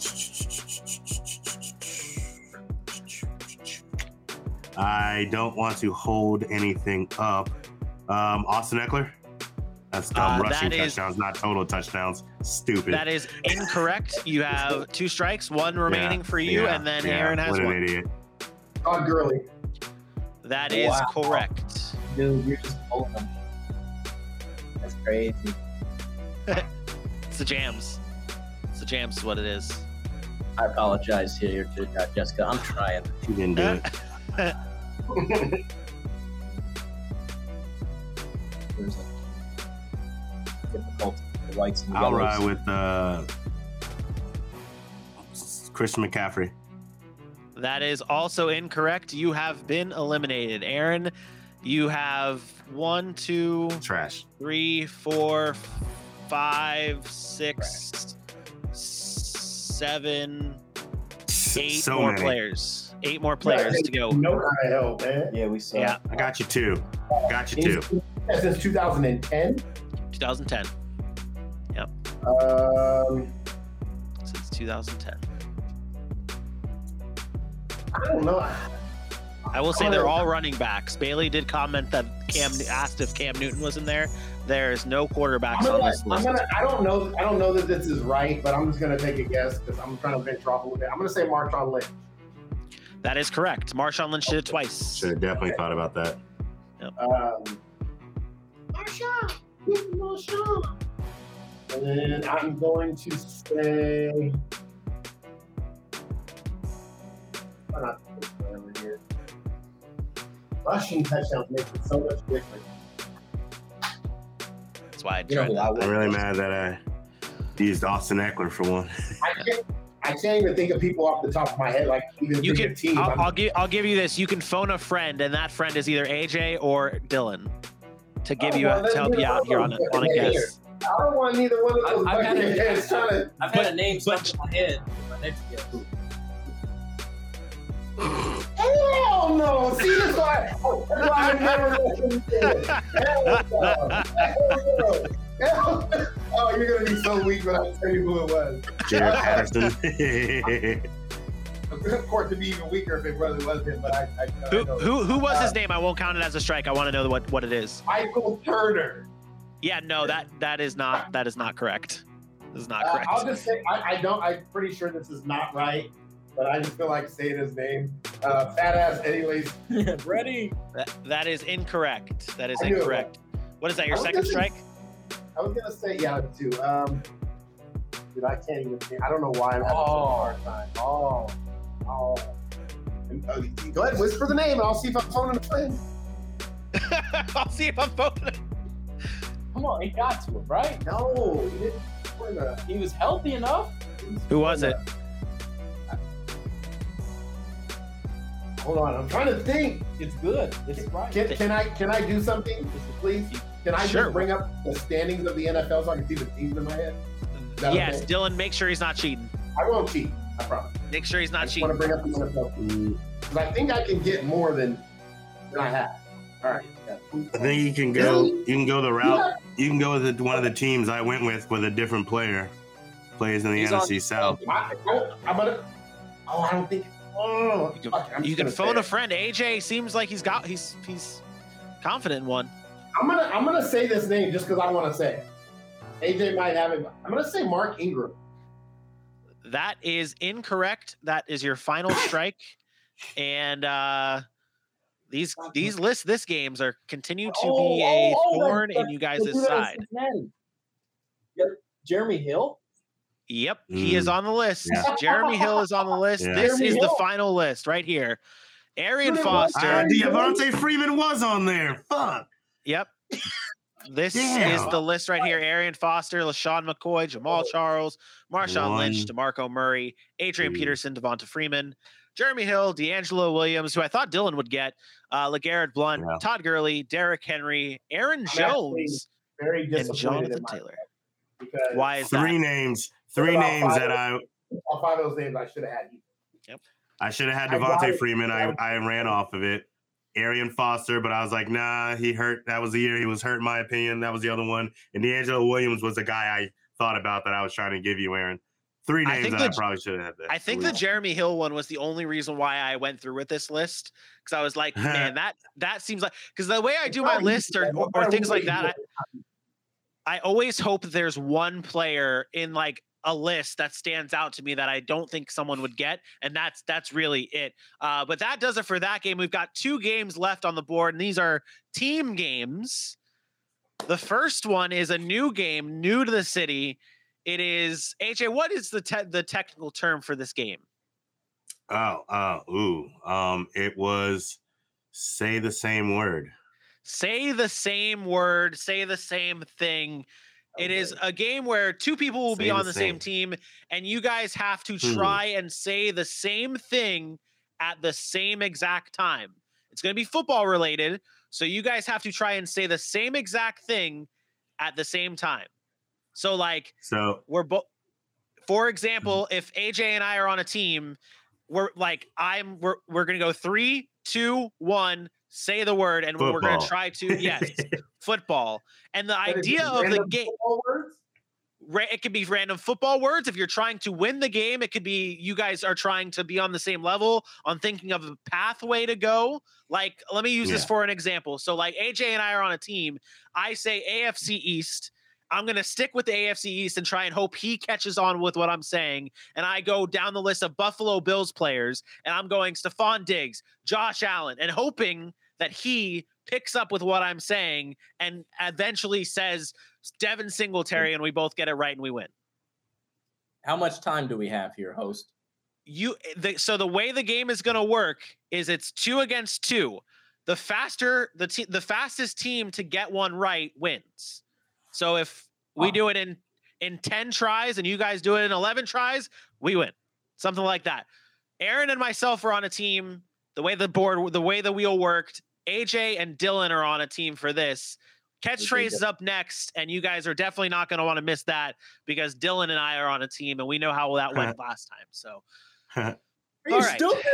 I don't want to hold anything up. Um, Austin Eckler. That's um,
Uh,
rushing
that is-
touchdowns, not total touchdowns. Stupid.
That is incorrect. You have two strikes, one remaining for you,
Yeah,
and then
yeah,
Aaron has
what an
one.
idiot.
Todd Gurley.
That is
Wow.
correct.
Dude, you're just pulling them. That's crazy.
It's the jams. It's the jams is what it is.
I apologize here, to uh, Jessica. I'm trying.
He didn't do it.
There's a difficult the whites and the
I'll
yellows.
ride with uh, Christian McCaffrey.
That is also incorrect. You have been eliminated. Aaron, you have one, two,
Trash.
three, four, five, six, seven, eight
so
more
many.
players. Eight more players to go.
No kind of help, man.
Yeah, we saw.
Yeah,
I got you two. Got you two.
He's- yeah, Since 2010.
2010.
Um,
Since 2010.
I don't know.
I will say they're all running backs. Bailey did comment that Cam asked if Cam Newton was in there. There is no
I'm
quarterbacks on
gonna,
this
I'm
list.
gonna, I don't know. I don't know that this is right, but I'm just gonna take a guess because I'm trying to venture off a little bit. I'm gonna say Marshawn Lynch.
That is correct. Marshawn Lynch did it twice.
Should have definitely thought about that.
Um, Marshawn, Marshawn. And I'm going to say. Why not put this one over here? Rushing touchdowns makes it so much different.
That's why I
You know
tried
who
that.
I
I'm
would-
really mad that I used Austin Eckler for one.
I can't, I can't even think of people off the top of my head. Like even
You
think
can.
of team.
I'll,
I'm-
I'll give. I'll give you this. You can phone a friend, and that friend is either AJ or Dylan, to give
Oh,
you
well,
to
then
help
you
you out here on a, on a
know.
guess.
I don't want neither one of those.
I- I've had
fucking
it.
guys trying to-
I've had a name stuck in my head. My next guess.
Hell no! See, this is why, that's why I never listen to it. Hell no! Hell no! Hell no. Oh, you're gonna be so weak when I tell you who it was.
Jared Patterson.
Of course, it'd be even weaker if it really was him, but I, I,
Who
I know.
who who
Uh,
was his name? I won't count it as a strike. I want to know what what it is.
Michael Turner.
Yeah, no that that is not that is not correct. This is not
Uh,
correct.
I'll just say I, I don't. I'm pretty sure this is not right, but I just feel like saying his name. Uh, fat ass Eddie Lacy.
Ready?
That, that is incorrect. That is
I knew it.
incorrect. What is that? Your
I was
second
gonna-
strike?
I was gonna say yeah too. Um, dude, I can't even. Think. I don't know why I'm having such a hard time. Oh, oh. And, uh, go ahead, whisper the name, and I'll see if I'm phoning a friend.
I'll see if I'm phoning.
Come on, he got to him, right?
No, you didn't phone a-
He was healthy enough.
Who was it?
Hold on, I'm trying to think.
It's good. This is right.
Can, can I can I do something, please? Can I
Sure.
just bring up the standings of the NFL so I can see the teams in my head? Is that
Yes,
okay?
Dylan. Make sure he's not cheating.
I won't cheat. I promise.
Make sure he's
I
not
just want to
cheating.
bring up the NFL because I think I can get more than than I have. All right.
I think you can go. You can go the route. You can go with the, one of the teams I went with with a different player. Plays in the
He's on-
NFC South.
I, I, am gonna. Oh, I don't think. Oh,
You
fuck, I'm
can, you
just
can
gonna
phone
say
a
it.
friend. AJ seems like he's got he's he's confident in one.
I'm gonna I'm gonna say this name just because I want to say it. AJ might have it. but I'm gonna say Mark Ingram.
That is incorrect. That is your final strike. And uh these these lists this games are continue to be a
Oh, oh, oh my
thorn in
God.
you
They
guys'
do that in
side.
Cincinnati. Yep. Jeremy Hill.
Yep, he is
Mm.
on the list.
Yeah.
Jeremy Hill is on the list.
Yeah.
This
Jeremy
is the
Hill.
final list right here. Arian
Jeremy Hill.
Ah,
Foster.
Devontae Freeman was on there. Fuck.
Yep. This
Damn.
is the list right here. Arian Foster, LaShawn McCoy, Jamal
Oh.
Charles,
One,
Marshawn
Mm.
Lynch, DeMarco Murray, Adrian
two.
Peterson, Devonta Freeman, Jeremy Hill, D'Angelo Williams, who I thought Dylan would get, uh, LeGarrette Blunt,
Yeah.
Todd Gurley, Derrick Henry, Aaron
actually
Jones,
Very
and
disappointed in
Jonathan
my,
Taylor.
because
Why is
three
that?
names, three
about
names
five?
that I
all five of those names I should have had.
I should have had
I got
Devontae
it.
Freeman. I, I ran off of it. Arian Foster, but I was like, nah, he hurt. That was the year he was hurt, in my opinion. That was the other one. And D'Angelo Williams was the guy I thought about that I was trying to give you, Aaron. Three
I
names
think
that I
the-
probably should have had there.
I think the Jeremy Hill one was the only reason why I went through with this list because I was like, man, that that seems like because the way I do my list or, or, or things like that, I, I always hope that there's one player in like a list that stands out to me that I don't think someone would get, and that's that's really it. Uh, but that does it for that game. We've got two games left on the board, and these are team games. The first one is a new game, new to the city. It is AJ. What is the te- the technical term for this game?
Oh, oh, ooh. Um, it was say the same word.
Say the same word. Say the same thing. It is a game where two people will
Say
be
the
on the same.
same.
team, and you guys have to
Hmm.
try and say the same thing at the same exact time. It's going to be football related, so you guys have to try and say the same exact thing at the same time. So, like,
So
we're both for example if aj and i are on a team we're like i'm we're, we're gonna go three two one say the word and we're gonna
Football.
try to yes football and the idea of the game ra- it could be random football words if you're trying to win the game it could be you guys are trying to be on the same level on thinking of a pathway to go like let me use this
Yeah.
for an example so like aj and i are on a team i say afc east i'm going to stick with the afc east and try and hope he catches on with what i'm saying and i go down the list of buffalo bills players and i'm going stefan diggs josh allen and hoping that he picks up with what i'm saying and eventually says Devin Singletary, and we both get it right and we win.
How much time do we have here, host?
You the, so the way the game is going to work is it's two against two. The faster the te- the fastest team to get one right wins. So if we
Wow.
do it in in ten tries and you guys do it in eleven tries, we win. Something like that. Aaron and myself are on a team. The way the board, the way the wheel worked, AJ and Dylan are on a team for this. Catchphrase is up next, and you guys are definitely not going to want to miss that because Dylan and I are on a team, and we know how that went last time. So,
Are you
All right.
stupid?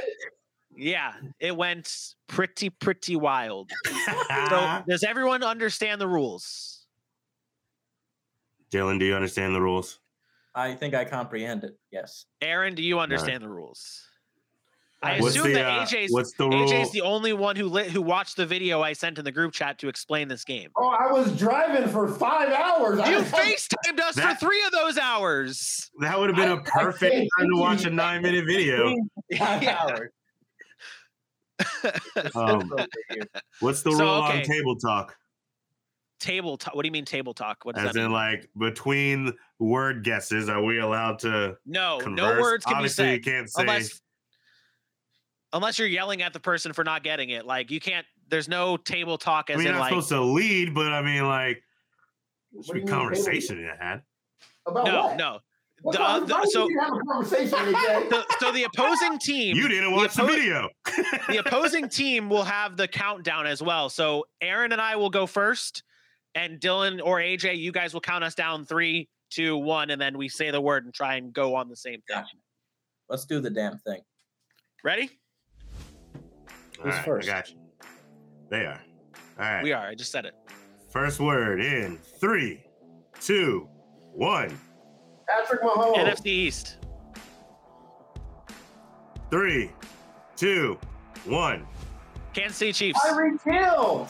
yeah, it went pretty, pretty wild. So, does everyone understand the rules?
Dylan, do you understand the rules?
I think I comprehend it. Yes.
Aaron, do you understand the rules? I
What's
assume
the,
that
uh,
AJ's
what's the rule?
AJ's the only one who lit, who watched the video I sent in the group chat to explain this game.
Oh, I was driving for five hours. I
You
was-
FaceTimed us
Oh, That-
for three of those hours.
that would have been
I-
a
I
perfect
can't
time to
believe
watch a
that.
nine minute video.
Five
Yeah.
hours.
Um,
Over here.
what's the
So,
rule
okay.
on table talk?
Table talk. What do you mean table talk? What does
As
that mean?
in, like between word guesses, are we allowed to
Oh, No,
converse?
no words can
Obviously,
be
you
said
can't say.
unless unless you're yelling at the person for not getting it. Like you can't. There's no table talk
I
as
mean, you're
in
not
like
supposed to lead, but I mean, like, it should
What do
be
you mean,
conversation you had.
About
no,
what?
no.
What
The
kind
oth-
of- why
so-
did you have a conversation AJ?
So, so the opposing team.
You didn't watch the
oppo-
video.
the opposing team will have the countdown as well. So Aaron and I will go first, and Dylan or AJ, you guys will count us down three, two, one, and then we say the word and try and go on the same thing.
Let's do the damn thing.
Ready?
All
Who's
right,
first?
I got you. They are. All right.
We are. I just said it.
First word in three, two, one,
Patrick Mahomes.
NFC East.
three, two, one,
Kansas City Chiefs.
Tyreek Hill.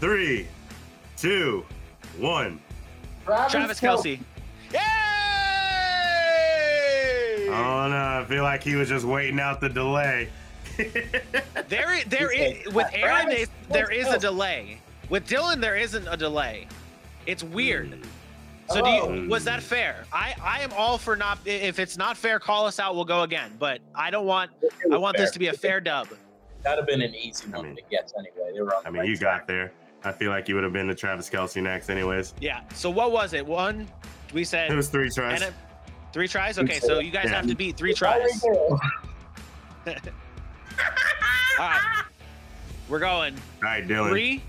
three, two, one.
Travis,
Travis
Kelce.
Kelsey. Yay!
Oh no, I feel like he was just waiting out the delay.
There, i- there
He
is with Aaron.
Travis,
they- There is
let's
a
go.
delay. With Dylan, there isn't a delay. It's weird. So do
Hello.
you, was that fair? I I am all for not. i- If it's not fair, call us out. We'll go again. But I don't want. I want this to be a fair dub.
That'd have been an easy one
mean-
to guess anyway. They were on the
I mean,
right
you
track.
got there. I feel like you would have been the Travis Kelsey next, anyways.
Yeah. So what was it? One, we said
It was three tries.
and a- three tries. Okay, so you guys
Yeah.
have to beat three
There we
tries. All
go.
right, we're going
All right, Dylan.
three,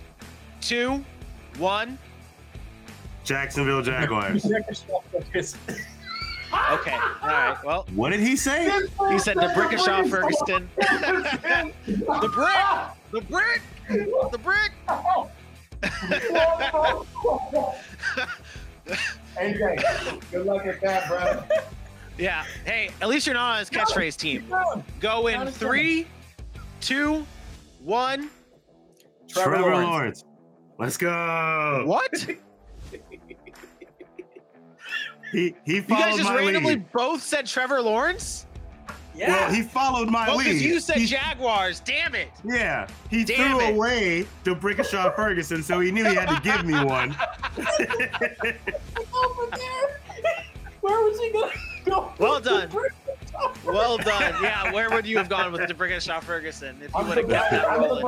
two, one.
Jacksonville Jaguars.
Okay. All right. Well,
what did he say?
Oh. he said the Brickishaw Ferguson. The brick. The brick. The brick.
AJ, good luck with that, bro.
Yeah. Hey, at least you're not on his catchphrase team.
Trevor,
Go
Not
in
a
three, two, one.
Trevor, Lawrence.
Lawrence.
Let's go.
What?
He
You
he followed
guys just
my
randomly
lead.
both said Trevor Lawrence?
Yeah.
Well, he followed my
Oh,
lead.
because you said
He-
Jaguars. Damn it.
Yeah, he
Damn
threw
it.
away the Brickishaw Ferguson, so he knew he had to give me one.
over there. Where was he gonna go?
Well done. Well done. Yeah, where would you have gone with DeBrickashaw Ferguson if you
I'm
would have kept
surprised,
that
I'm
rolling?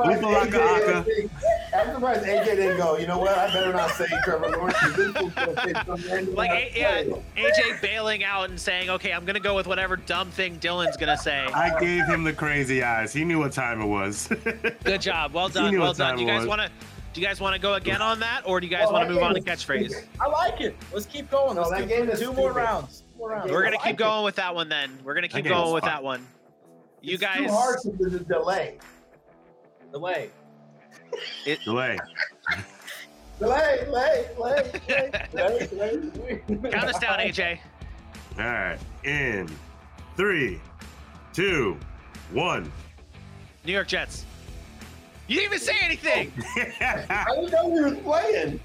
With
surprised,
the
AJ
Laka
didn't think- I'm surprised AJ didn't go, you know what? I better not say Trevor Lawrence. 'cause This one's gonna say some random
Like,
ass
eh, yeah.
player.
AJ bailing out and saying, okay, I'm going to go with whatever dumb thing Dylan's going to say.
I gave him the crazy eyes. He knew what time it was.
Good job. Well
You
done.
knew
Well
what
done.
time
You
it
guys
was.
want to do you guys want to go again on that or do you guys
Oh,
want
that
to move on to
game is
catchphrase?
stupid.
I like it. Let's keep going.
No,
Let's
that
do
game
two
is
more
stupid.
rounds. Two more rounds.
We're
I
going to
like
keep
it.
going with that one then. We're going to keep
game was
going with
fun.
that one. You
It's
guys
Too hard to do the delay.
Delay.
Delay.
Delay, delay, delay, delay, delay, delay, delay.
count us down, AJ.
All right. In three, two, one.
New York Jets. You didn't even say anything.
I didn't know we were playing.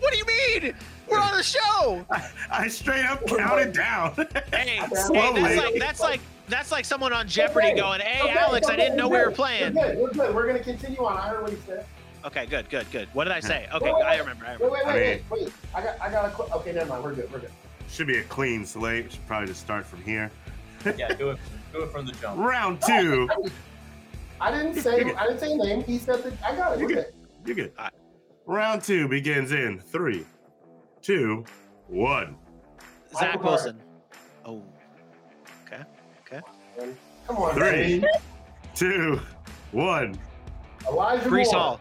What do you mean? We're on the show.
I straight up counted down.
Hey, hey, that's
Slowly.
like that's like that's like someone on Jeopardy
Okay.
going, "Hey,
Okay,
Alex, I
okay,
didn't know we
we're
were
good.
playing."
We're good. We're good. We're gonna continue on. I heard what he said.
Okay, good, good, good. What did I say? Okay,
Wait, wait,
I remember. I remember.
Wait, wait,
I
wait, wait, wait. I got, I got a. Qu- okay, never mind. We're good. We're good.
Should be a clean slate. Should probably just start from here.
Yeah, do it. Do it from the jump.
Round two.
I didn't say, I didn't say name. He said that. I got it.
You're
We're
good.
good.
You're good.
All right.
Round two begins in three, two, one.
Zach
Michael
Wilson. Oh,
Come on,
Three.
Zane.
Two, one.
Elijah
Brees
Moore.
Hall.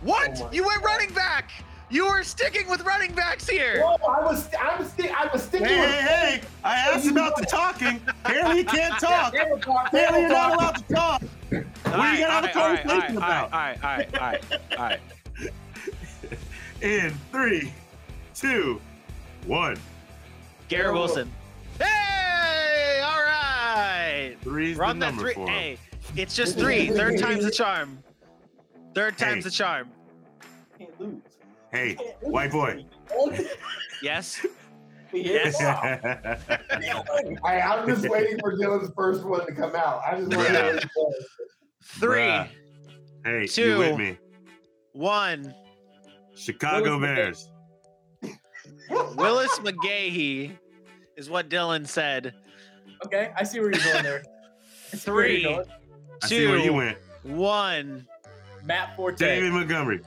What?
Oh my
you went running back. You were sticking with running backs here.
Whoa, I was, I was, sti- I was
Hey,
sticking
hey, hey! I asked about the talking. Apparently, you can't talk.
with
Apparently, you're not allowed to talk.
All
What are you
right,
gonna have a
all right, all
conversation
right,
about?
All right, all right, all right, all right, all right.
In three, two, one.
Garrett Wilson. Hey, all right.
Three's
We're on
the
that
number for
three.
him.
Hey, it's just three. Third time's the charm. Third
Hey.
time's the charm.
Can't lose.
Hey,
Can't lose.
white boy.
Yes.
Yes.
I, I'm just waiting for Dylan's first one to come out. I just want to
Yeah.
know what he said.
Three,
Bruh. hey, you
Two.
with me?
one.
Chicago Bears.
Willis McGahee is what Dylan said.
Okay, I see where you're going there. I see where
Three,
you're going.
I see where
Two.
you went.
one.
Matt Forte.
David Montgomery.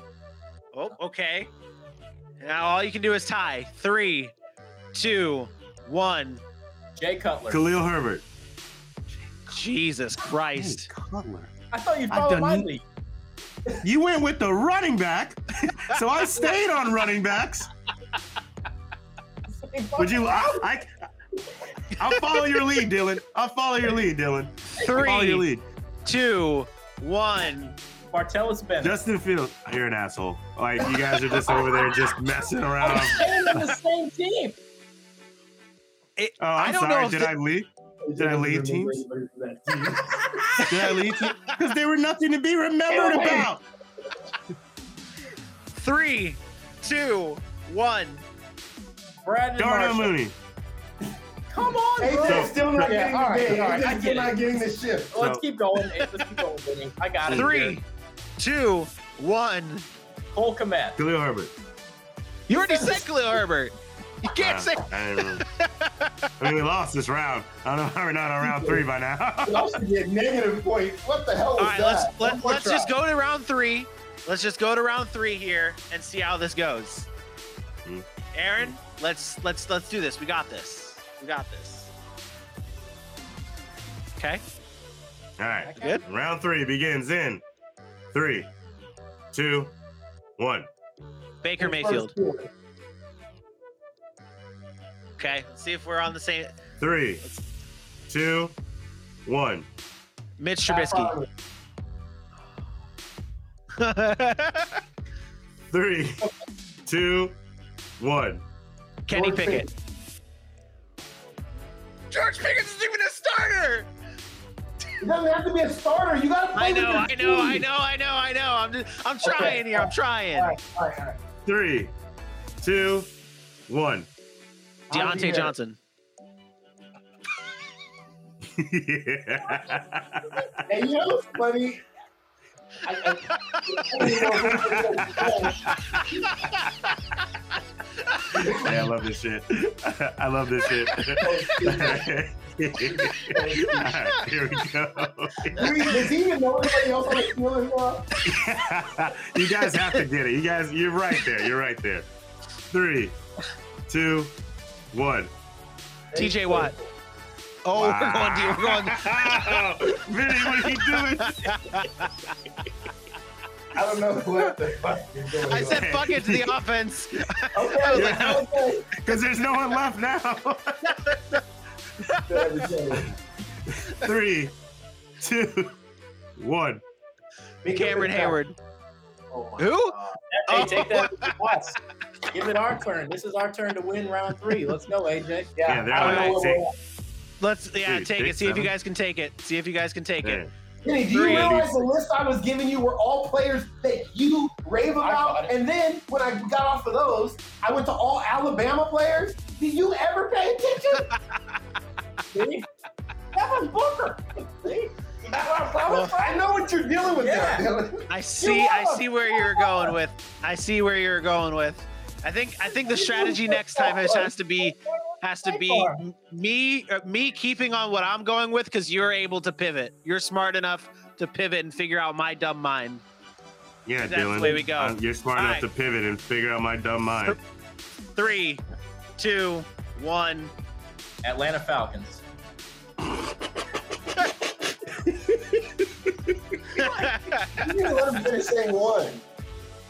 Oh, okay. Now all you can do is tie. Three, two, one.
Jay Cutler.
Khalil Herbert.
Jesus Christ.
Cutler.
I thought you
I've
followed
done
my
it.
lead.
You went with the running back, so I stayed on running backs. Would you? I, I, I'll follow your lead, Dylan. I'll follow your lead, Dylan. I'll follow your
Three,
lead.
two, one.
Martellus Bennett.
Justin Fields. You're an asshole. Like you guys are just over there just messing around.
They're on the same team.
It-
Oh,
I
I'm
don't know
sorry.
if
Did
thi-
I lead? Did I lead teams? Did I lead? Because they were nothing to be remembered about.
Three, two, one.
Brad
Darnell
Marshall.
Mooney.
Come on,
Hey,
bro.
they're
So-
still not
Yeah,
getting
all right,
the game.
all right,
They're
I
still
get
not getting the shift.
Let's
So-
keep going. Hey, Let's keep going, Vinny. I got it.
Three,
here.
two, one.
Cole Komet.
Khalil Herbert.
You already said Khalil Herbert. You can't say
Uh, I don't know. I mean, we lost this round. I don't know how we're not on round three by now.
We also get negative points. What the hell is
All right,
that?
let's
One
let,
more
let's just
try.
go to round three. Let's just go to round three here and see how this goes.
Mm.
Aaron, let's let's let's do this. We got this. We got this. Okay,
All right,
good.
round three begins in three, two, one.
Baker
First
Mayfield.
field.
Okay, let's see if we're on the same.
Three, two, one.
Mitch
Pat
Trubisky.
Riley.
Three, two, one.
Kenny
George
Pickett. George Pickett's not even a starter.
It doesn't have to be a starter. You got to play
I know, I
with your
know,
team.
I know, I know, I know. I'm just, I'm trying here. I'm trying.
All right, all right, all right.
Three, two, one.
I'll be
Deontay
there.
Johnson.
Hey, you know what's funny? I, I, I don't even know who it is.
Hey, I love this shit. I love this shit. Alright, here we go.
Dude, does he even know anybody else on the Steelers now?
you guys have to get it. You guys, you're right there. You're right there. Three, two, one.
TJ Watt. Oh, we're going. to- We're
Wow.
going.
Vinny, what are you doing?
I don't know what the fuck you're doing.
I said fuck it to the offense.
okay,
I was
like,
yeah, okay.
Because there's no one left now.
There we go.
Three, two, one.
Make it
Cameron
back.
Hayward.
Oh my
Who? Oh,
AJ, take that once. Give it our turn. This is our turn to win round three. Let's go, AJ.
Yeah, they're
I don't
like,
know what
take-
we're at.
Let's yeah,
Dude,
take
big
it. See if
seven.
you guys can take it. See if you guys can take it.
Vinny, do you
Three.
realize the list I was giving you were all players that you rave about? And then when I got off of those, I went to all Alabama players. Did you ever pay attention?
See?
That was Booker. See? I, I was- I know what you're dealing with
Yeah.
there, Dylan.
I see. I
are.
see where you're going with. I see where you're going with. I think. I think the strategy next time has, has to be has to be m- me uh, me keeping on what I'm going with because you're able to pivot. You're smart enough to pivot and figure out my dumb mind.
Yeah,
That's the
Dylan.
way we go.
I'm- you're smart
All
enough
right.
to pivot and figure out my dumb mind.
Three, two, one.
Atlanta Falcons.
You didn't let him finish saying one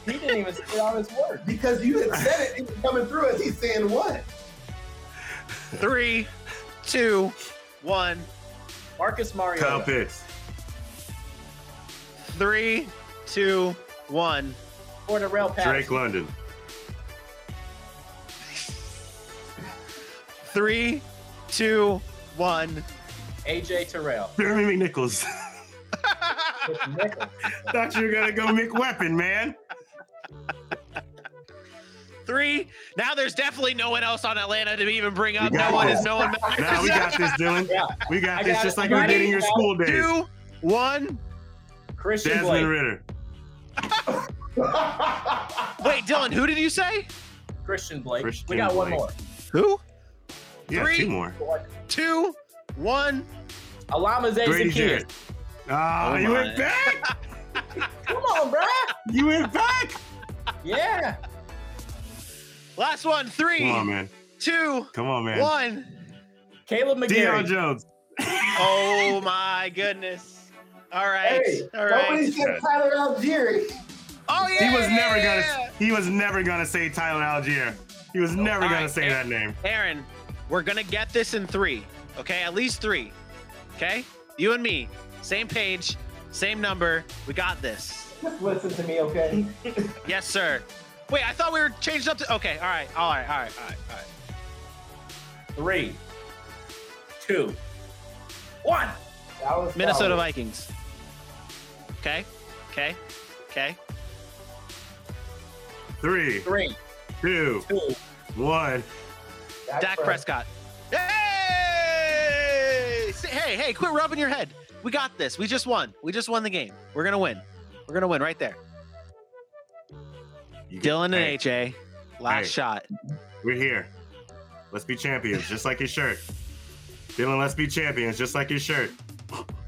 He didn't even spit out his word.
because you had said it. It was coming through as he's saying one.
Three, two, one.
Marcus
Kyle
Mariota.
Pitts.
Three, two, one.
Cordarrelle Patterson.
Drake London.
Three, two, one.
AJ Terrell.
Jeremy McNichols. Thought you were gonna go McWeapon, man.
Three. Now there's definitely no one else on Atlanta to even bring up.
You got
No one
it.
is no one.
Now we got this, Dylan.
Yeah.
We got
I
this,
got
just
it.
like
I
we
got
did
it.
in your
Now,
school days.
Two, one.
Christian
Jasmine
Blake.
Ritter.
Wait, Dylan, who did you say?
Christian Blake.
Christian
we got one
Blake.
more.
Who?
Yeah,
Three.
two more.
Two, one.
Alama
Grady
Zazakia.
Jarrett. Ah,
Oh
you
my.
went back.
Come on, bruh.
You went back.
Yeah.
Last one.
Come
Three,
on, man.
two,
Come on, man.
one.
Caleb
Deion
McGarry.
Jones.
Oh my goodness. All right.
Hey,
All right.
Nobody said Tyler Algieri.
Oh yeah.
He was
yeah,
never
yeah, Oh,
gonna. He was never gonna say Tyler Algier. He was never
All
gonna
right,
say
Aaron.
that name.
Aaron, we're gonna get this in three. Okay, at least three. Okay, you and me, same page, same number. We got this.
Just listen to me, okay?
Yes, sir. Wait, I thought we were changed up to. Okay, all right, all right, all right, all right, all right.
Three. Two. One.
That was
Minnesota
solid.
Vikings. Okay, okay, okay.
Three,
Three.
two,
Two.
one.
Dak Prescott. Hey! Say- Hey, hey, quit rubbing your head. We got this. We just won. We just won the game. We're gonna win. We're gonna win right there.
You-
Dylan
hey,
and AJ, last
Hey.
shot.
We're here. Let's be champions, just like his shirt. Dylan, let's be champions, just like his shirt.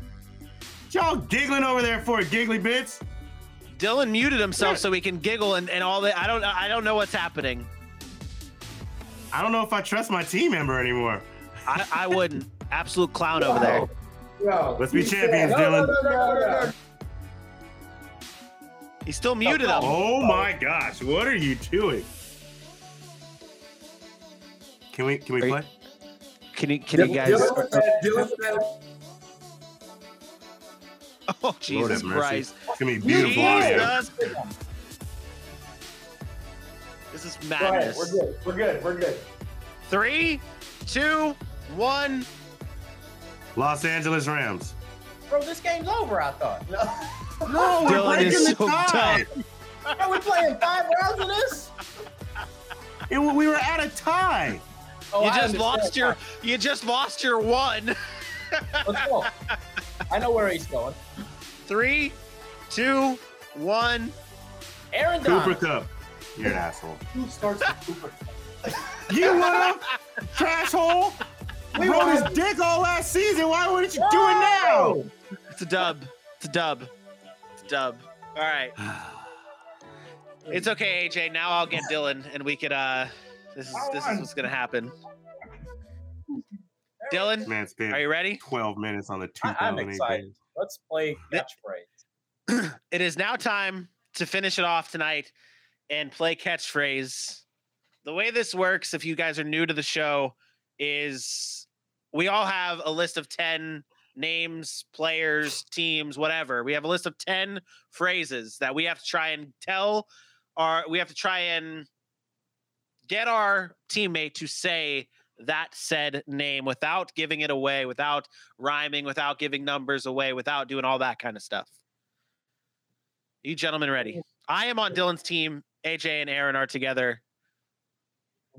Y'all giggling over there for it, giggly bits.
Dylan muted himself so we can giggle and, and all that. I don't I don't know what's happening.
I don't know if I trust my team member anymore.
I, I wouldn't. Absolute clown over there.
Yo,
Let's be
he
champions,
said-
Dylan.
No, no, no, no, no.
He still muted him.
Oh my gosh, what are you doing? Can we can we
Are you-
play?
Can you can you guys?
Dylan said- Dylan said-
Oh Jesus
have mercy.
Christ!
It's gonna be beautiful audio.
Jesus. This is
Go ahead,
madness.
We're good. We're good. We're good.
Three, two, one.
Los Angeles Rams.
Bro, this game's over, I thought.
No,
we're Dylan breaking is the so tie.
Are we playing five rounds of this?
we were at a tie.
Oh,
you
I
just
understand.
lost your you just lost your one.
Let's go. I know where he's going.
Three, two, one.
Aaron
Cooper
Donald.
Cup. You're an asshole.
Who starts with Cooper?
You what up? Trash hole.
We won.
dick all last season. Why wouldn't you
It's a dub. It's a dub. It's a dub. All right. It's okay, AJ. Now I'll get Dylan, and we could. Uh, this is this is what's gonna happen. Dylan,
Man, spent
are you ready?
12 minutes on the
I- I'm
2008
excited.
game.
Let's play
Th-
catchphrase.
It is now time to finish it off tonight and play catchphrase. The way this works, if you guys are new to the show, is we all have a list of 10 names, players, teams, whatever. We have a list of 10 phrases that we have to try and tell our we have to try and get our teammate to say that said name without giving it away, without rhyming, without giving numbers away, without doing all that kind of stuff. You gentlemen ready? I am on Dylan's team. AJ and Aaron are together.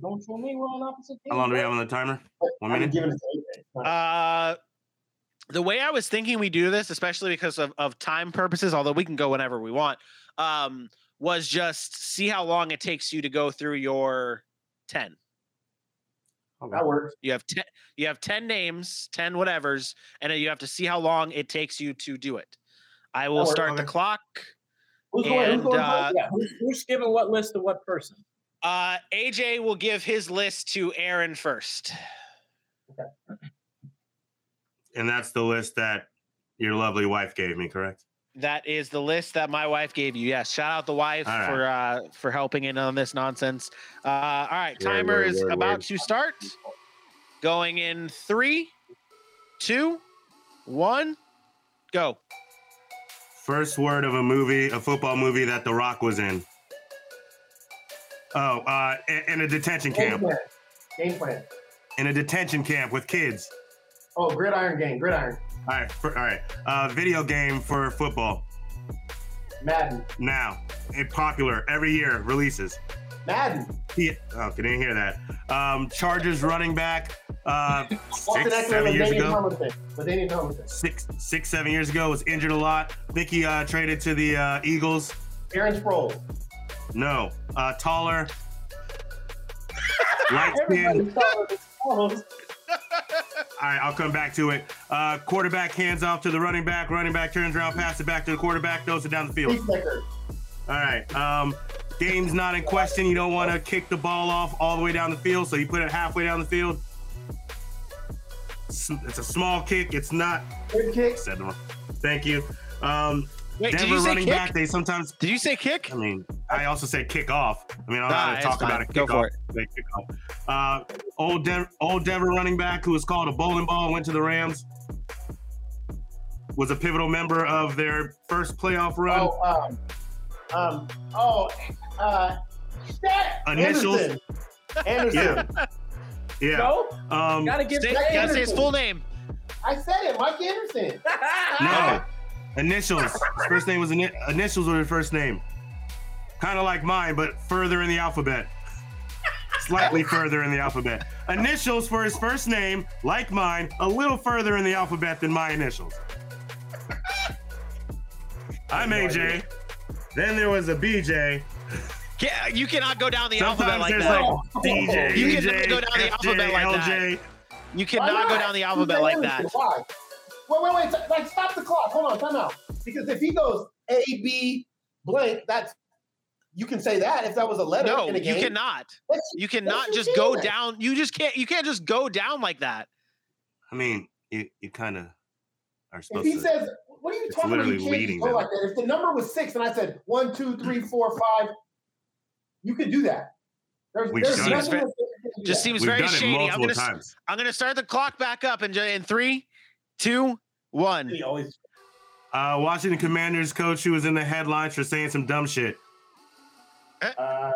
Don't you and me? We're on opposite teams.
How long do we have on the timer? One
I'm
minute?
giving it to AJ.
Uh, the way I was thinking we do this, especially because of, of time purposes, although we can go whenever we want, um, was just see how long it takes you to go through your 10.
That works.
You have 10 you have 10 names, 10 whatevers, and then you have to see how long it takes you to do it. I will
works,
start the
okay.
clock.
Who's going?
And,
Who's going?
uh,
first? yeah, who's, who's giving what list to what person?
Uh, AJ will give his list to Aaron first.
And that's the list that your lovely wife gave me, correct?
That is the list that my wife gave you. Yes, shout out the wife
All right.
for uh, for helping in on this nonsense. Uh, all right,
Word,
timer
word,
is
word,
about
word.
to start. Going in three, two, one, go.
First word of a movie, a football movie that The Rock was in. Oh, uh, in, in a detention
Game
camp.
plan. Game plan.
In a detention camp with kids.
Oh, gridiron game. Gridiron.
All right, for, all right. Uh, video game for football
Madden.
now. It popular every year releases.
Madden.
Yeah. Oh, they didn't hear that. Um, Chargers running back. Uh,
What's the
six,
next one?
seven years
Ladainian
ago.
Tomlinson. Ladainian Tomlinson.
Six, six, seven years ago was injured a lot. Think he uh, traded to the uh, Eagles.
Aaron Sproles.
No, uh, taller, light skinned.
Everybody follow the Sproles.
All right, I'll come back to it. Uh, quarterback hands off to the running back. Running back turns around, passes it back to the quarterback, throws it down the field.
Peacemaker.
All right. Um, game's not in question. You don't want to kick the ball off all the way down the field, so you put it halfway down the field. S- It's a small kick. It's not.
Good kick.
Said the wrong. Thank you. Um,
Wait, did
Denver
you say
running
kick?
back. They sometimes.
Did you say kick?
I mean, I also said kick off. I mean, I'm not
Nah,
gonna
it's
talk
fine.
about a
Go
kick
for
off.
it.
They kick off. Uh, old Denver, old Denver running back who was called a bowling ball went to the Rams. Was a pivotal member of their first playoff run.
Oh, um, um, oh, uh, shit.
Initials.
Anderson. Anderson.
Yeah. Yeah.
No,
Um,
gotta give.
Say,
Say,
Anderson.
gotta say his full name.
I said it. Mike Anderson.
No, initials. His first name was ini- initials were his first name. Kind of like mine, but further in the alphabet. Slightly further in the alphabet. Initials for his first name, like mine, a little further in the alphabet than my initials. I'm AJ. Then there was a BJ.
Can't- you cannot go down the alphabet
Sometimes
like
there's
that.
like DJ,
Oh, You can
EJ,
go down the
FJ,
alphabet like that.
LJ.
you cannot
Why
go down the alphabet
Who's
like
Anderson?
that.
Why? Wait, wait, wait. t- Like, stop the clock. Hold on, time out. Because if he goes A B blank, that's you can say that if that was a letter
No,
in a
you
game.
cannot.
That's-
You cannot
you
just go
can.
down. You just can't. You can't just go down like that.
I mean, you, you kind of are
If
supposed
he
to.
says, "What are you
It's
talking about?" You
literally
can't
leading
just go
them.
like that. If the number was six, and I said one, two, three, four, five, you could do that. There's,
We've
there's
done it.
nothing that you can do
Just
that.
seems
We've
very
done it
shady. I'm
multiple
gonna. s-
times.
I'm gonna start the clock back up in, ju- in three, two, one.
He always
Uh, Washington Commanders coach who was in the headlines for saying some dumb shit
Uh,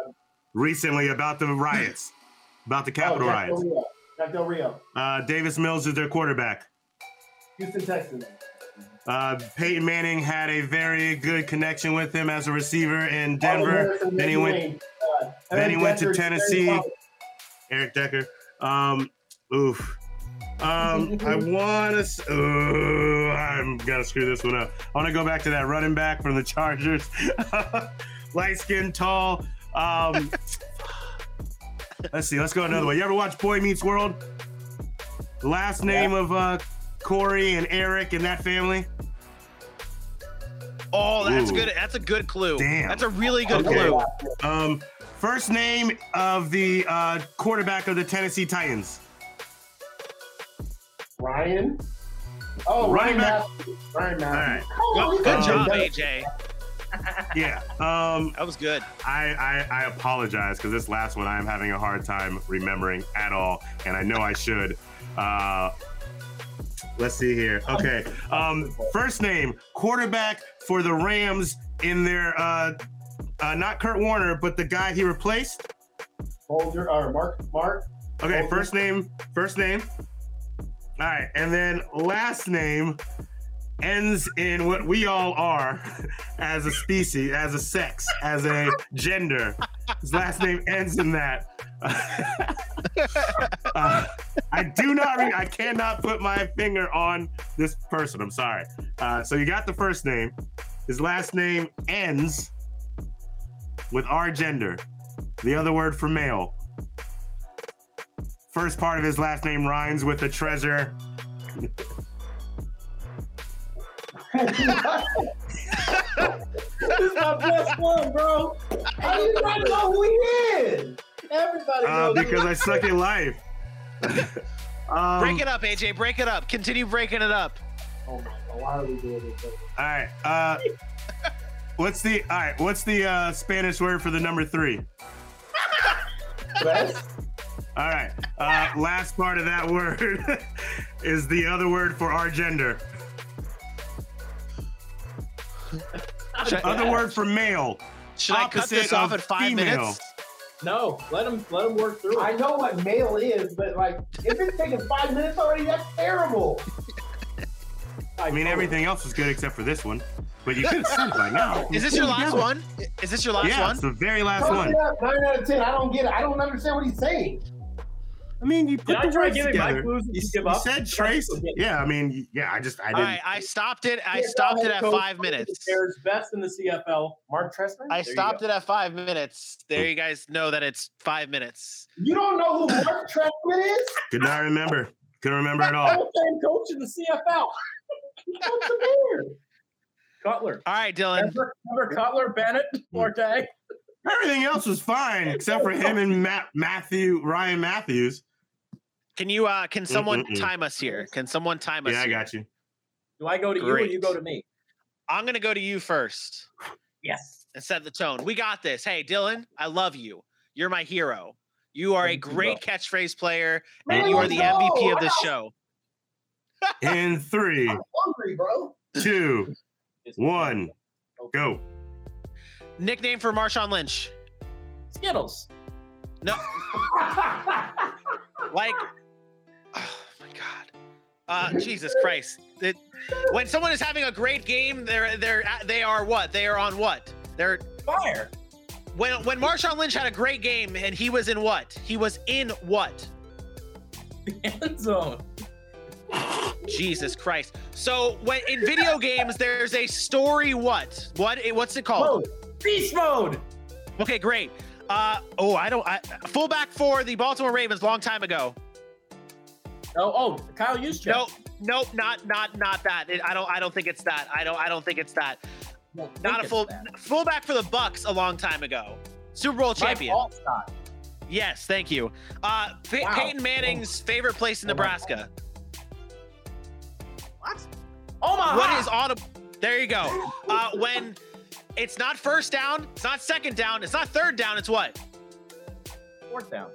recently about the riots, about the Capitol
oh, Jack
riots.
Del Rio. Jack Del Rio,
Uh, Davis Mills is their quarterback.
Houston Texans.
Uh, Peyton Manning had a very good connection with him as a receiver in Denver.
Harrison,
then he
Reggie
went-
Wayne, uh, and
then he went to
Denver's
Tennessee.
very solid.
Eric Decker. Um, oof. Um, I want to. I'm gonna screw this one up. I want to go back to that running back from the Chargers, light skinned tall. Um, let's see. Let's go another way. You ever watch Boy Meets World? The Last name of uh, Corey and Eric and that family.
Oh, that's
Ooh.
good. That's a good clue.
Damn.
That's a really good
Okay.
clue.
Um, first name of the uh, quarterback of the Tennessee Titans.
Ryan. Oh,
Running
Ryan
back.
Matthews. Ryan
All right.
Matthews. Oh,
Go-
we
Good,
got
Um,
job,
it.
AJ.
Yeah. Um,
That was good.
I, I, I apologize because this last one I am having a hard time remembering at all, and I know I should. Uh, let's see here. Okay, um, first name quarterback for the Rams in their uh, uh, not Kurt Warner, but the guy he replaced.
Boulder or Mark Mark
Okay, first name, first name. All right, and then last name ends in what we all are as a species, as a sex, as a gender. His last name ends in that. Uh, I do not, re- I cannot put my finger on this person. I'm sorry. Uh, so you got the first name. His last name ends with our gender, the other word for male first part of his last name rhymes with the treasure.
this is my best one, bro. How do you not know who he is? Everybody
Uh,
knows. who-
because I suck at life. um,
Break it up, AJ. Break it up. Continue breaking it up.
oh my god, why are we doing this?
All right. Uh, what's the all right? What's the uh, Spanish word for the number three?
Best?
All right. Uh, last part of that word is the other word for our gender.
Should,
Other word for male.
should I cut
opposite
this off
of
at five
female.
minutes?
no. Let him let him work through
I
it.
know what male is, but like, if it's taking five minutes already, that's terrible.
I mean, everything else was good except for this one, but you could have said it by now.
Is this your last one? Is this your last
yeah,
one?
it's the very last
Nine
one.
out- Nine out of ten. I don't get it. I don't understand what he's saying.
I mean, you put
Did I
the
try
words
giving my
together.
clues and you give
You
up?
said trace. Yeah, I mean, yeah, I just I
All
didn't.
right, I stopped it. I stopped it at five minutes.
There's best in the CFL.
Mark Trestman?
I
There you
stopped it at five minutes. There you guys know that it's five minutes.
you don't know who Mark Trestman is?
Could not remember. Couldn't remember at
I'm
all.
a fan coach in the CFL.
What's the matter?
Cutler.
All right, Dylan.
Remember, remember Cutler, Bennett,
Hmm.
Forte.
Everything else was fine except for him and Matt Matthew Ryan Matthews.
Can you uh can someone
Mm-mm-mm.
time us here? Can someone time us?
Yeah, I
here?
got you.
Do I go to you or you
Great.
go to me?
I'm gonna go to you first
Yes.
and set the tone. We got this. Hey, Dylan, I love you. You're my hero. You are a
Thank you, Oh,
great catchphrase player, and
Man,
you are
let's
the
go.
MVP of
I
this
got-
show.
In three,
I'm hungry, bro.
two, one, go.
Nickname for Marshawn Lynch.
Skittles.
Like, oh my god, uh, Jesus Christ! It- when someone is having a great game, they're they're at- they are what? They are on what? They're
Fire.
when when Marshawn Lynch had a great game, and he was in what? He was in what?
End zone.
Jesus Christ. So when in video games, there's a story. What? What? What's it called?
Mode. Beast mode.
What? Okay, great. Uh, oh, I don't. I, fullback for the Baltimore Ravens long time ago.
Oh, oh, Kyle Juszczyk.
No, nope, not not not that. It, I don't. I don't think it's that. I don't. I don't think it's that.
Well, I think
Not a
it's
full
that.
fullback for the Bucks a long time ago. Super Bowl
Mike
champion.
Allstott.
Yes, thank you. Uh, Pey-
Wow.
Peyton Manning's favorite place in
Oh my
Nebraska.
Omaha.
What is on? A- there you go. Uh, when it's not first down, it's not second down, it's not third down. It's what?
fourth down?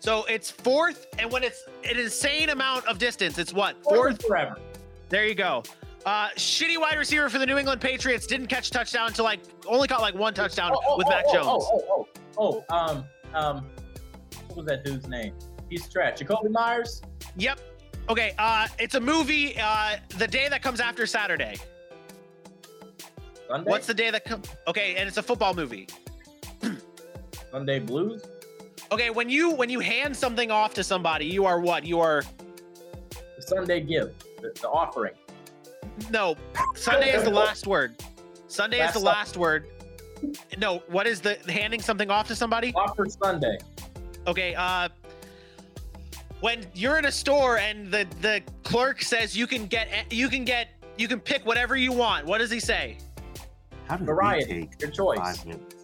So it's fourth, and when it's an insane amount of distance, it's what?
Fourth,
Fourth.
and forever.
There you go. Uh, shitty wide receiver for the New England Patriots didn't catch a touchdown until like only caught like one touchdown
Oh, oh,
with
oh,
Mac
oh,
Jones.
Oh, oh, oh, oh, um, um, what was that dude's name? He's trash. Jacoby Myers.
Yep. Okay. Uh, it's a movie. Uh, the day that comes after Saturday.
Sunday.
What's the day that comes? Okay, and it's a football movie.
Sunday Blues?
Okay, when you when you hand something off to somebody, you are what? You are
The Sunday Give. The, the offering.
no. Sunday is the last word. Sunday is
Last
the
Supper.
last word. No, what is the handing something off to somebody?
Offer Sunday.
Okay, uh when you're in a store and the the clerk says you can get you can get you can pick whatever you want. What does he say?
How did
Variety.
we take
Your choice.
five minutes?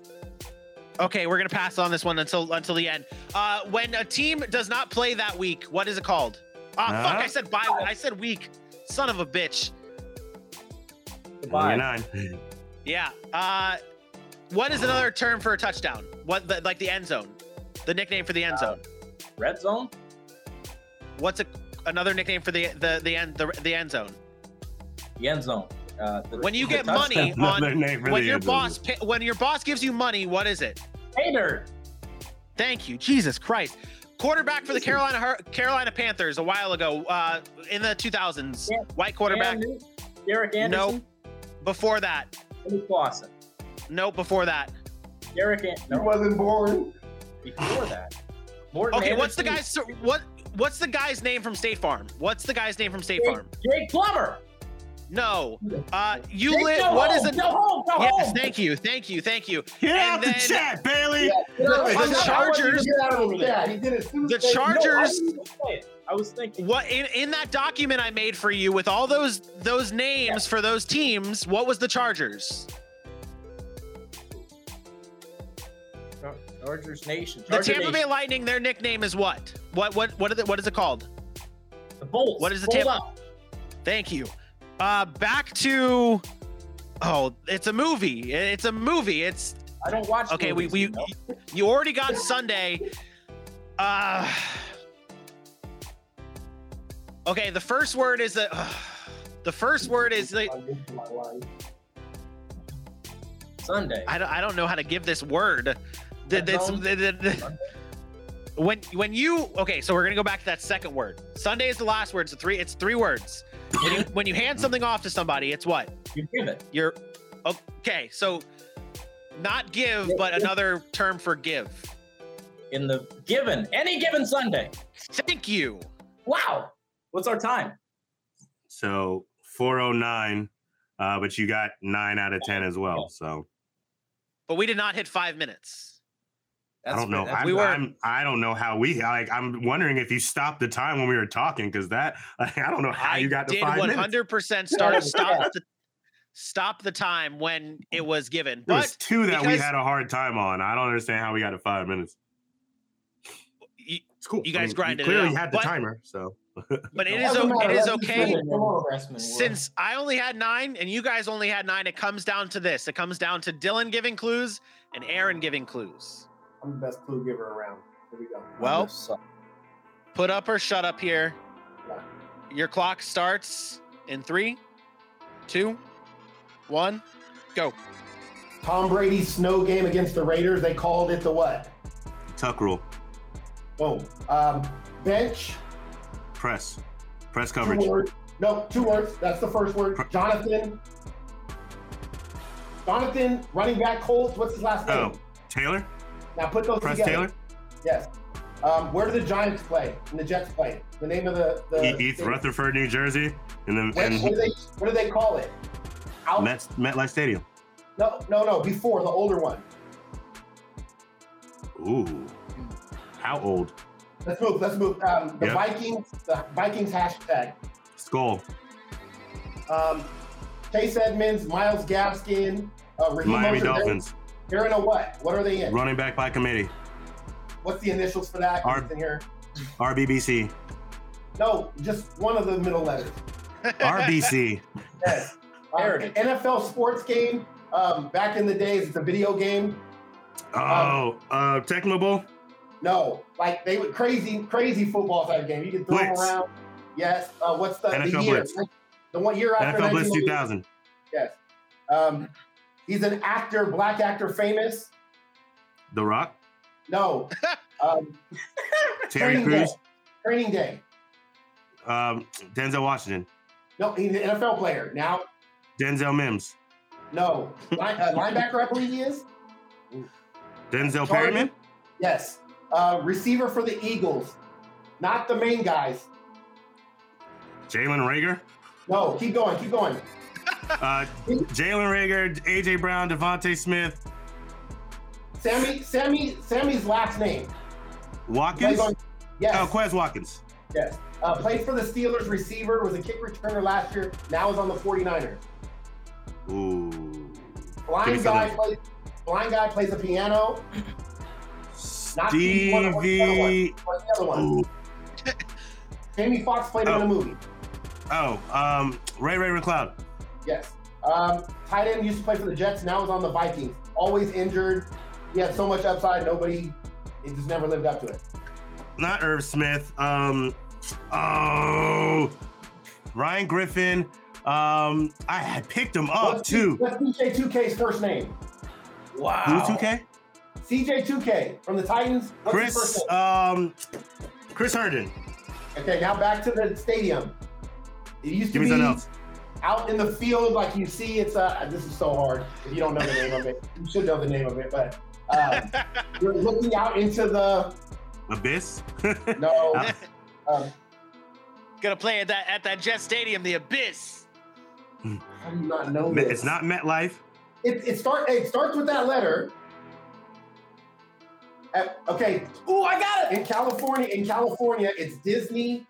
Okay, we're going to pass on this one until until the end. Uh when a team does not play that week, what is it called? Ah, fuck,
Huh?
I said bye. I said week. Son of a bitch.
Goodbye.
Nine.
Yeah. Uh, what is another term for a touchdown? What the, like the end zone? The nickname for the end zone.
Red Zone?
What's a, another nickname for the the the end the, the end zone?
The end zone. Uh, the-
When you
the
get
touchdown.
money
Another
on
name for
when
the
your
end zone.
boss pay, when your boss gives you money, what is it?
Hater.
Thank you, Jesus Christ. Quarterback for the Carolina Hur- Carolina Panthers a while ago, uh, in the 2000s.
Yeah.
White quarterback.
Cam Newton, Derek Anderson.
Before that,
No. Jimmy Clausen.
nope. Before that.
Derek An-
He
No,
wasn't born.
before that. Morton
Okay, what's the
Anderson.
guy's what? What's the guy's name from State Farm? What's the guy's name from State Farm?
Jake Plummer.
No. Uh, you
Jake,
live.
go
What
home.
is it?
Go home. Go
Yes,
home.
thank you, thank you, thank you.
Get
And
out the
then-
chat, Bailey.
Really,
the
that's how I wanted
Chargers-
to get out of his dad. He did it as soon as
The
they-
Chargers-
No, I didn't even say it. I was thinking.
What in, in that document I made for you with all those those names for those teams? What was the Chargers?
Char- Chargers Nation.
The
Charger
Tampa Bay
Nation.
Lightning. Their nickname is what? What what what, are the, what is it called?
The Bolts.
What is the
Bolt
Tampa-
up.
Thank you. Uh, back to. Oh, it's a movie. It's a movie. It's
I don't watch.
okay. We
movies,
we
you know.
you already got Sunday. Uh. Okay, the first word is the. the first word is the.
I missed my life.
Sunday.
I don't, I don't know how to give this word. The-
Red
this-
zone?
the- the- the- when when you okay, so we're gonna go back to that second word. Sunday is the last word. So three, it's three words. When you when you hand something off to somebody, it's what
You give it.
you're. Okay, so not give, but another term for give.
in the given any given Sunday.
Thank you.
Wow, what's our time?
So 409, uh, but you got nine out of 10 as well. So
But we did not hit five minutes.
I don't know. I'm,
We were-
I'm, I don't know how we like. I'm wondering if you stopped the time when we were talking because that like, I don't know how
I
you got to
did
five
one
minutes.
hundred percent start stop the, stop the time when it was given.
There
But
was two that we
because-
had a hard time on. I don't understand how we got to five minutes.
you,
It's cool.
You guys grinded it
You clearly
out,
had the
but-
timer, so
but it
It
is
Doesn't
o-
matter,
it is
that's just
okay.
the harassment world.
Since I only had nine and you guys only had nine, it comes down to this. It comes down to Dylan giving clues and Aaron giving clues.
I'm the best clue giver around. Here we go.
Well, put up or shut up here. Your clock starts in three, two, one, go.
Tom Brady's snow game against the Raiders, they called it the what?
tuck rule,
Boom. Um, bench.
press, press coverage,
Two words. No, two words. That's the first word.
Pr-
Jonathan. Jonathan, running back Colts. What's his last name?
Oh. Taylor,
Now put those
press
together.
Taylor,
Yes. Um, where do the Giants play and the Jets play? The name of the. the
E- East Rutherford, New Jersey, and then
What, what do
and
they, what do they call it? Out,
Mets MetLife Stadium.
no, no, no. Before the older one.
Ooh, how old?
Let's move. Let's move. Um, the
Yep.
Vikings. The Vikings hashtag.
Skull.
Um, Chase Edmonds, Miles Gaskin, uh, Raheem
Miami
Mostert,
Dolphins.
They're, they're in a what? What are they in?
Running back by committee.
What's the initials for that?
Our-
It's in here.
RBBC.
No, just one of the middle letters.
RBC.
Yes. Um,
Heritage.
NFL sports game. Um, back in the days, it's a video game.
Oh, uh, Tecmo Bowl.
No, like they were crazy, crazy football type game. You could throw
Blitz.
them around. Yes. Uh, what's the, the
NFL
year?
Blitz.
The one year after
NFL Blitz
1990.
2000.
Yes. Um, he's an actor, black actor, famous.
The Rock.
No. Um,
Terry
Training Day.
Crews.
Training Day.
Um, Denzel Washington.
No, he's an NFL player now.
Denzel Mims.
No, Line, uh, linebacker, I believe he is.
Denzel
Sorry.
Perryman.
Yes, uh, receiver for the Eagles, not the main guys.
Jalen Rager.
No, keep going, keep going.
Uh, Jalen Rager. AJ Brown. Devontae Smith.
Sammy, Sammy, Sammy's last name.
Watkins.
Played on- yes,
Oh, Quez Watkins.
yes. Uh, played for the Steelers, receiver was a kick returner last year. Now is on the 49ers.
Ooh. Give me
Blind
some
guy
of-
plays. Blind guy plays the piano. Not the one, what's the other one?
Stevie.
What's the other one?
Ooh.
Jamie Foxx played him in
Oh.
the movie.
Oh, um, Ray Ray McLeod.
Yes. Um, tight end used to play for the Jets. Now is on the Vikings. Always injured. He had so much upside. Nobody, he just never lived up to it.
Not Irv Smith. Um, oh, Ryan Griffin. Um, I had picked him up
What's
too.
What's CJ 2K's first name?
Wow.
Who's 2K?
CJ 2K from the Titans. What's his
Chris.
first
Um, Chris Herndon.
name? Okay, now back to the stadium. It used to
Give me
be
something else.
out in the field, like you see. It's uh, this is so hard. If you don't know the name of it, you should know the name of it. But um, you're looking out into the
Abyss.
no. Um,
Gonna play at that at that Jet Stadium, the Abyss.
how do you not know this?
it's not MetLife.
It, it start it starts with that letter. Uh, okay,
Ooh, I got it.
in California, in California, it's Disney.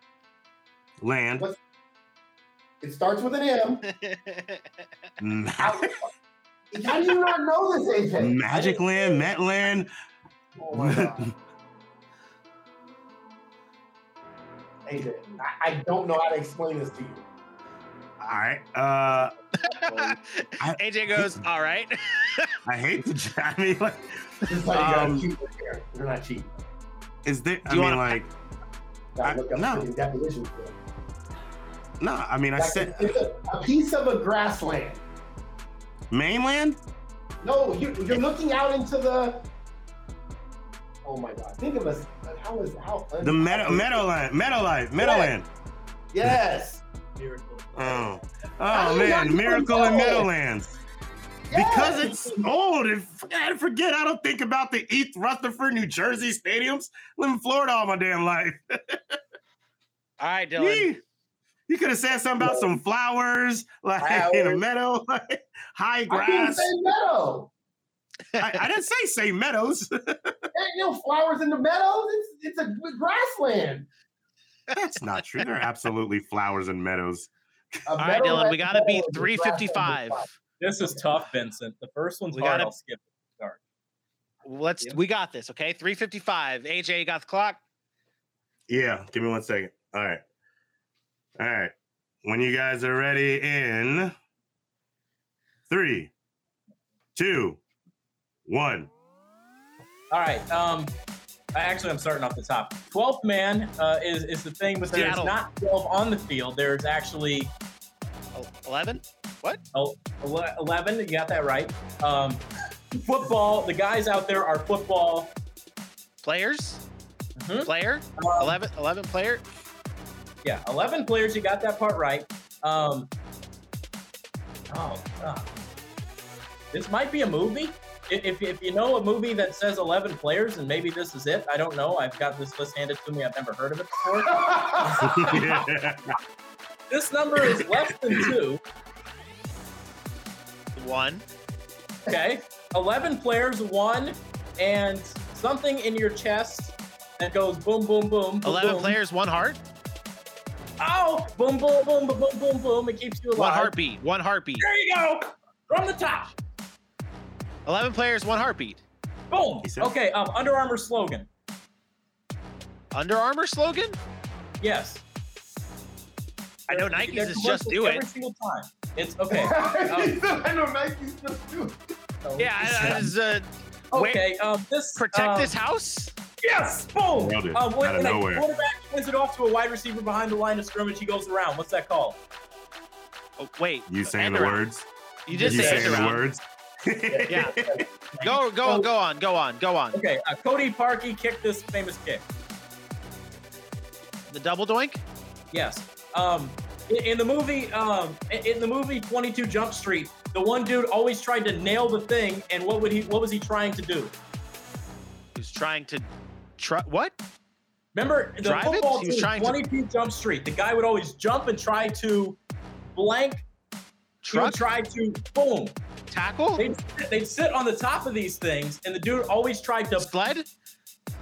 Land.
What? It starts with an M.
Ma-
How, how do you not know this, AJ?
Magic Land. Metland.
Oh my God. AJ, I, I don't know how to explain this to you.
All right. Uh,
AJ goes, all right.
I hate the. I mean, like,
Just like, you gotta
Um,
keep it there. You're not cheating.
is there? I
you
mean,
wanna-
like,
Gotta
I-
look up
no.
the definition for it.
no. I mean, I
Like,
said
it's a, a piece of a grassland.
mainland.
No, you, you're looking out into the. Oh my God! Think of us. How is how
The Meadow Meadowland, Meadowlife, Meadowland.
Yes.
Miracle.
Oh,
How
oh
you
man,
not even
Miracle in
know?
Meadowlands. Because it's old, and f- I forget. I don't think about the East Rutherford, New Jersey stadiums. Live in Florida all my damn life.
All right, Dylan.
Yee. You could have said something about some flowers, like in a
Flowers.
meadow, like, high
I didn't
grass.
say meadow.
I, I didn't say say meadows.
There ain't no flowers in the meadows. It's it's a grassland.
That's not true. There are absolutely flowers and meadows.
A
All right, Dylan.
meadowland
We gotta
meadow
beat
is a grassland with
355.
flowers.
This is tough, Vincent. The first one's
We
hard.
gotta-
I'll skip it. Sorry.
Let's. We got this. Okay, 355. AJ you got the clock.
Yeah, give me one second. All right. All right. When you guys are ready, in three, two, one.
All right. Um, I actually, I'm starting off the top. Twelfth man uh, is is the thing, but there's
Seattle.
not twelve on the field. There's actually
Oh, 11.
el- ele- eleven. You got that right. Um, football. The guys out there are football.
Players. Mm-hmm.
Mhm.
Player.
Um,
11. 11 player.
Yeah, 11 players. You got that part right. Um, oh, God. This might be a movie. I- If, if you know a movie that says 11 players, and maybe this is it, I don't know. I've got this list handed to me. I've never heard of it before. this number is less than two.
One.
Okay. 11 players, one, and something in your chest that goes boom, boom, boom. boom
11
boom.
players, one heart,
Oh, boom, boom, boom, boom, boom, boom, boom. It keeps you alive.
one heartbeat, one heartbeat.
There you go. From the top.
11 players, one heartbeat.
Boom.
He said-
Okay. Um, Under Armour slogan.
Under Armour slogan?
Yes.
I know
They're-
Nike's
they're
is just
commercials
do
Every
it.
single time. It's okay.
He said, I know Nike's just do it."
Yeah, I, I just, uh, Wait.
Okay. Um, this
protect
um,
this house.
Yes. Boom.
Nailed it.
Uh, when,
Out of
when a
nowhere.
quarterback hands it off to a wide receiver behind the line of scrimmage, he goes around. What's that called?
Oh, wait,
You saying
end
the
around.
words?
You did
you
say
saying
end
the
around.
words?
Yeah. Go, go, go on, go on, go on.
Okay. Uh, Cody Parkey kicked this famous kick.
The double doink.
Yes. Um, in, in the movie, um, in- in the movie Twenty Two Jump Street, the one dude always tried to nail the thing, and what would he? What was he trying to do?
Who's trying to? Try, what?
Remember the
Drive it?
football
He was
team,
trying to-
22 Jump Street. The guy would always jump and try to blank. He
Truck
would try to boom.
tackle
They'd, they'd sit on the top of these things, and the dude always tried to
sled.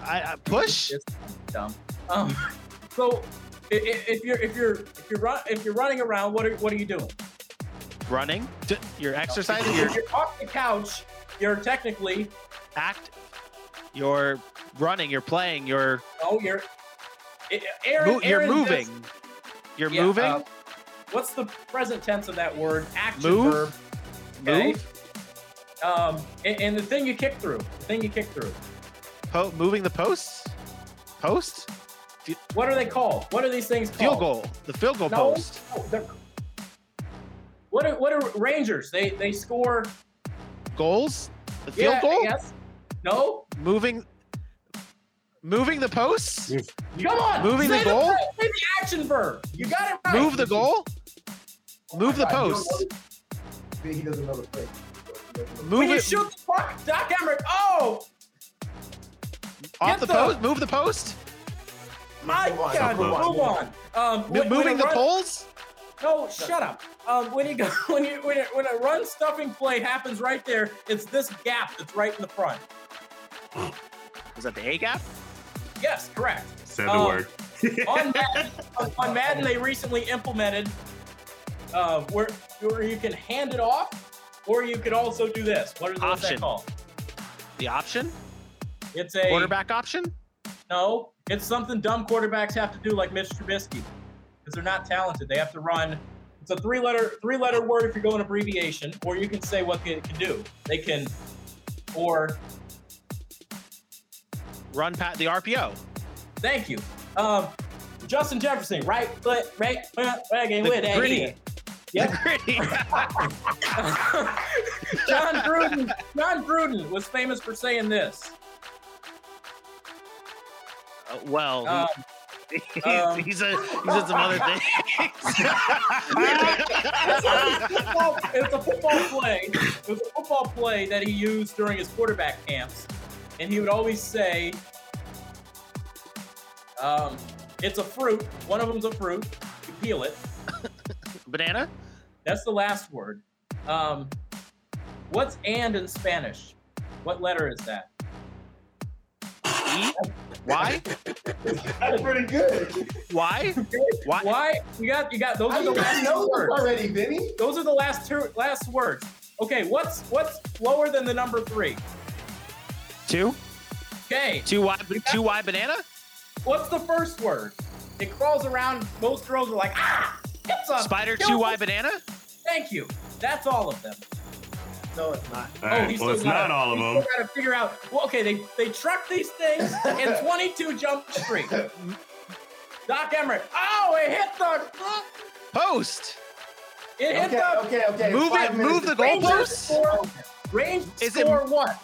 I, I push.
It's dumb. Um, so i- i- if you're if you're if you're run, if you're running around, what are what are you doing?
Running. D- You're exercising. Your
If you're off the couch, you're technically
act. You're running. You're playing. You're
oh you're. i- i- Aaron,
mo- you're
Aaron does-
moving. You're
yeah,
moving.
uh, what's the present tense of that word? Action
Move?
verb. okay.
Move.
Um, and, and the thing you kick through, the thing you kick through.
Po- moving the posts. Post.
What are they called? What are these things called?
Field goal. The field goal
No.
post.
Oh, they're- what are what are Rangers? They they score
Goals. The field
yeah,
goal.
Yes. No,
Moving. Moving the posts.
Come on!
Moving the
say
goal?
say the action verb. You got it right.
Move the goal. Move the post.
He doesn't know the play.
When
Move
you
it
shoot the puck, Doc Emmerich. Oh
off
get
the
the-
post. Move the post.
my
Move on,
God!
move
Move
on.
on. Um,
M-
when- when
moving
a
the
run-
poles.
No, shut up. Um, when you go, when you when a, when a run stuffing play happens right there, it's this gap that's right in the front.
Was that the A gap?
Yes, correct.
Said the
Oh.
Um,
word.
on Madden, on- on Madden, they recently implemented uh, where where you can hand it off, or you could also do this. What are those
Option.
that called?
The option.
It's a
Quarterback option.
No, it's something dumb quarterbacks have to do, like Mitch Trubisky, because they're not talented. They have to run. It's a three-letter three-letter word if you're going abbreviation, or you can say what it can do. They can, or
Run pat the RPO.
thank you, um, Justin Jefferson, right foot, right foot, wagging
The
with that
gritty.
heel. Yep.
Gritty.
John Gruden. John Gruden was famous for saying this.
Uh, well,
Um,
he- he's,
um,
he's a he said some other things.
football- it was a football play. It was a football play that he used during his quarterback camps, and he would always say, um, "It's a fruit. One of them's a fruit. You peel it.
Banana.
That's the last word." Um, what's "and" in Spanish? What letter is that?
E. Why?
That's pretty good.
Why? Why?
Why? You got you got those
I
are the
didn't
last
know
two
this
words.
already, Vinny.
Those are the last two last words. Okay, what's what's lower than the number three?
Two.
Okay,
Two Y. Two Y banana.
What's the first word? It crawls around. Most girls are like, ah, it's a
Spider.
kill
Two Y
it."
banana.
Thank you. That's all of them. Oh,
No, it's not.
Oh,
All right, well, it's not all of them.
Got to figure out. Well, okay, they they truck these things in 22 Jump Street. Doc Emmerich. Oh, it hit the.
Post.
It hit
Okay,
the.
okay, okay.
Move
Five
it.
minutes
Move the
of-
Rangers
goalpost.
score. Range
Is it-
score what?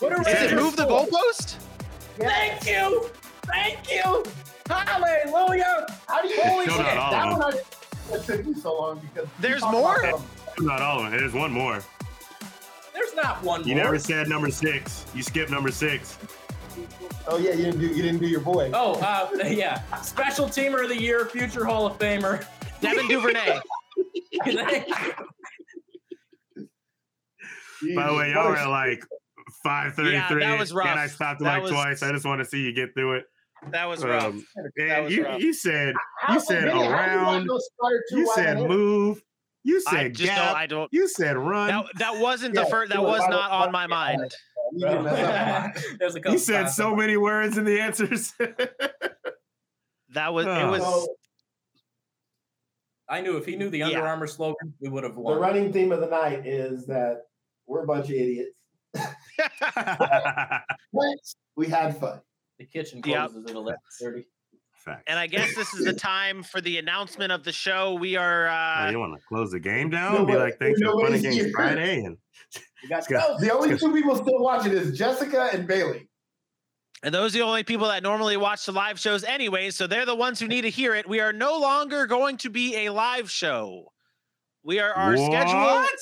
What are
Is
Rangers
it move the
score?
goalpost?
Thank you. Thank you. Hallelujah.
How do you
Holy
Still
shit.
not all
That
of
one
them.
I that took me so long because we
Oh. There's
talked
more?
about them.
Still Not all of them. There's one more.
There's not one
You
more.
never said number six. You skipped number six.
Oh yeah, you didn't do you didn't do your boy.
Oh, uh, yeah. Special Teamer of the Year, future Hall of Famer.
Devin Duvernay.
Thank you.
By the way, y'all are like five thirty three.
that was rough.
And I stopped him
That
like
was-
twice. I just want to see you get through it.
That was rough.
Um,
that
And
was
you,
rough.
you said
How-
You said
Vinny, how do you want
around.
those Spider two
you
wide
said
hitters?
move. You
I
said
just
gap.
don't. I don't.
you said run.
That, that wasn't the
Yeah,
first. That
sure,
was
why
not
don't-
on my mind.
You didn't mess up mine.
There's a couple
you said
times
so
I'm-
many words in the answers.
That was. It
Oh.
was.
So
I knew if he knew the
Yeah.
Under Armour slogan, we would have
the
won.
running theme of the night is that we're a bunch of idiots.
Oh.
But we had fun.
The kitchen
Yep.
closes at eleven thirty.
Fact.
And I guess this is the time for the announcement of the show. We are.
Oh,
Uh,
you want to close the game down?
No
and be
way-
like, thanks
no
for fun
way
and games
here.
Friday. And
We got
go.
no,
The only two people still watching is Jessica and Bailey.
and those are the only people that normally watch the live shows, anyways. So they're the ones who need to hear it. We are no longer going to be a live show. We are our schedule.
What?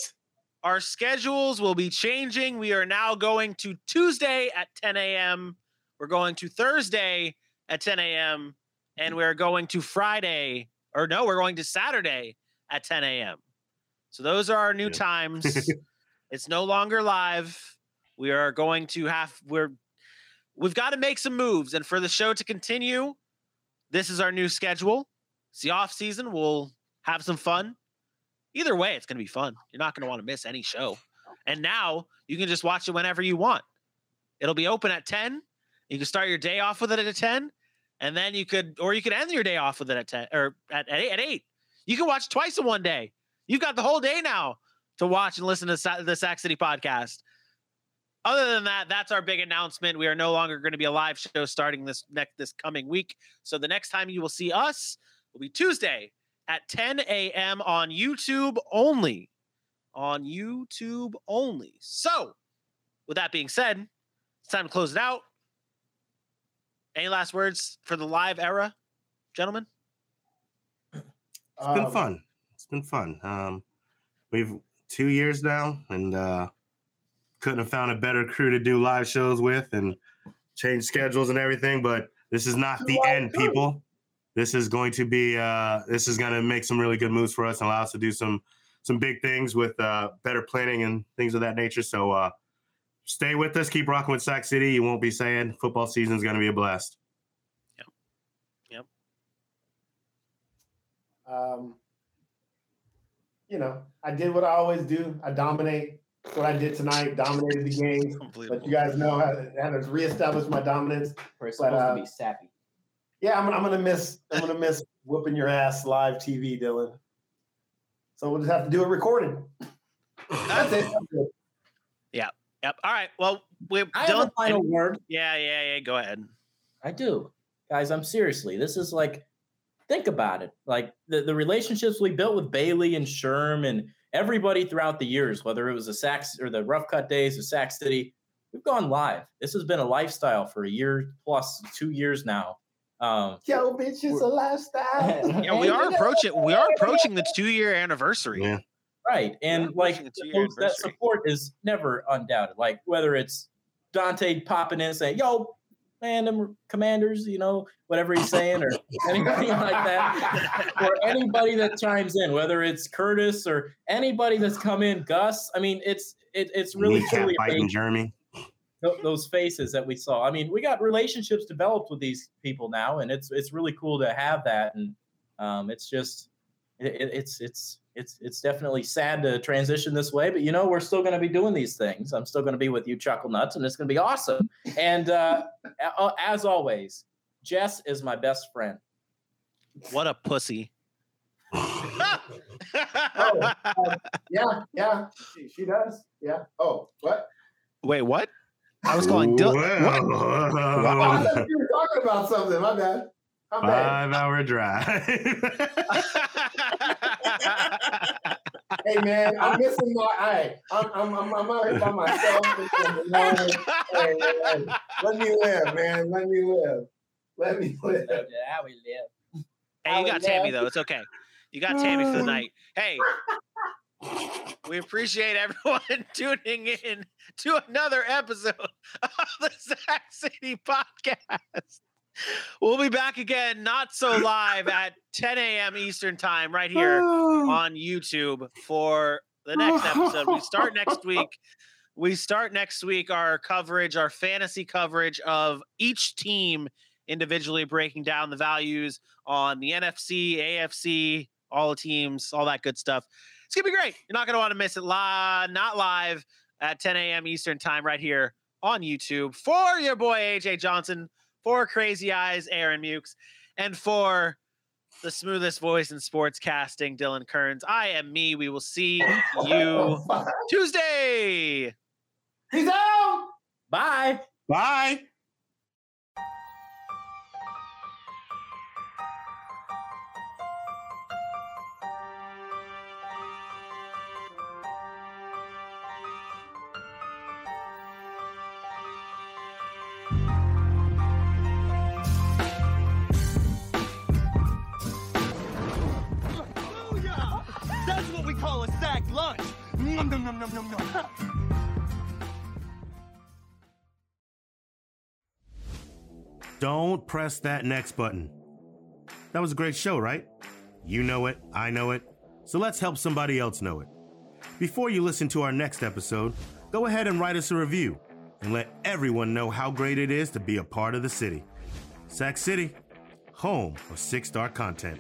Our schedules will be changing. We are now going to Tuesday at 10 a.m. We're going to Thursday at 10 a.m. And we're going to Friday, or no, we're going to Saturday at 10 a.m. So those are our new
Yeah.
times. it's no longer live. We are going to have we're we've got to make some moves. And for the show to continue, this is our new schedule. It's the off season. We'll have some fun. Either way, it's gonna be fun. You're not gonna want to miss any show. And now you can just watch it whenever you want. It'll be open at 10. You can start your day off with it at 10. And then you could, or you could end your day off with it at 10 or at, at, eight, at 8. You can watch twice in one day. You've got the whole day now to watch and listen to Sa- the Sac City podcast. Other than that, that's our big announcement. We are no longer going to be a live show starting this next this coming week. So the next time you will see us will be Tuesday at 10 a.m. on YouTube only. On YouTube only. So, with that being said, it's time to close it out. Any last words for the live era, gentlemen?
It's been
Um,
fun. It's been fun. Um, we've two years now, and uh, couldn't have found a better crew to do live shows with and change schedules and everything. But this is not the end, people. This is going to be. Uh, this is going to make some really good moves for us and allow us to do some some big things with uh, better planning and things of that nature. So uh, stay with us. Keep rocking with Sac City. You won't be saying football season is going to be a blast.
Um, you know, I did what I always do. I dominate. That's what I did tonight. Dominated the game. But you guys know how to, how to reestablish my dominance.
We're
But,
supposed
uh,
to be sappy.
Yeah, I'm, gonna- I'm gonna miss. I'm gonna miss whooping your ass live TV, Dylan. So we'll just have to do it recorded. That's it.
Yep. All right. Well, we
I have
Dylan-
a final word.
Yeah, yeah, yeah. Go ahead.
I do. Guys, I'm seriously. This is like, think about it. Like the, the relationships we built with Bailey and Sherm and everybody throughout the years, whether it was the Sacks or the Rough Cut days of Sac City, we've gone live. This has been a lifestyle for a year plus, two years now. Um,
Yo, bitch, it's a lifestyle.
Yeah, we are approaching. We are approaching the two-year anniversary.
Yeah.
Right. And
Yeah,
like
pushing the
the
two-year
folks that
anniversary.
support is never undoubted. Like whether it's Dante popping in and saying, yo, man, them commanders, you know, whatever he's saying, or anything like that. or anybody that chimes in, whether it's Curtis or anybody that's come in, Gus. I mean, it's it, it's really
Kneecap
truly amazing
biting Jeremy.
tho- those faces that we saw. I mean, we got relationships developed with these people now, and it's it's really cool to have that. And um, it's just it, it- it's it's it's it's definitely sad to transition this way, but you know we're still going to be doing these things. I'm still going to be with you, Chuckle Nuts, and it's going to be awesome. And uh, a- a- as always, Jess is my best friend.
What a pussy.
yeah, yeah, she, she does. Yeah. Oh, what?
Wait, what? I was calling Dylan. What?
Oh, I thought
Wow.
you were talking about something. My bad. My bad.
Five hour drive.
hey man, I'm missing my. I, I'm, I'm, I'm, I'm out here by myself. I'm alone. Hey, hey, Let me live, man. Let me live. Let me live.
hey, you got Tammy though. It's okay. You got Tammy for the night. Hey, we appreciate everyone tuning in to another episode of the Sac City Podcast. We'll be back again, not so live, at 10 a.m. Eastern Time, right here on YouTube for the next episode. We start next week we start next week our coverage, our fantasy coverage of each team individually breaking down the values on the NFC, AFC, all the teams, all that good stuff. It's gonna be great. You're not gonna want to miss it live, not live at 10 a.m. Eastern time right here on YouTube for your boy AJ Johnson, for Crazy Eyes Aaron Mukes, and for the smoothest voice in sports casting, Dylan Kearns. I am me. We will see you Tuesday.
He's out.
Bye.
Bye.
That's what we call a sack lunch. Nom, nom, nom, nom, nom, nom.
Don't press that next button. That was a great show, right? You know it, I know it, so let's help somebody else know it. Before you listen to our next episode, go ahead and write us a review and let everyone know how great it is to be a part of the city. Sac City, home of six star content.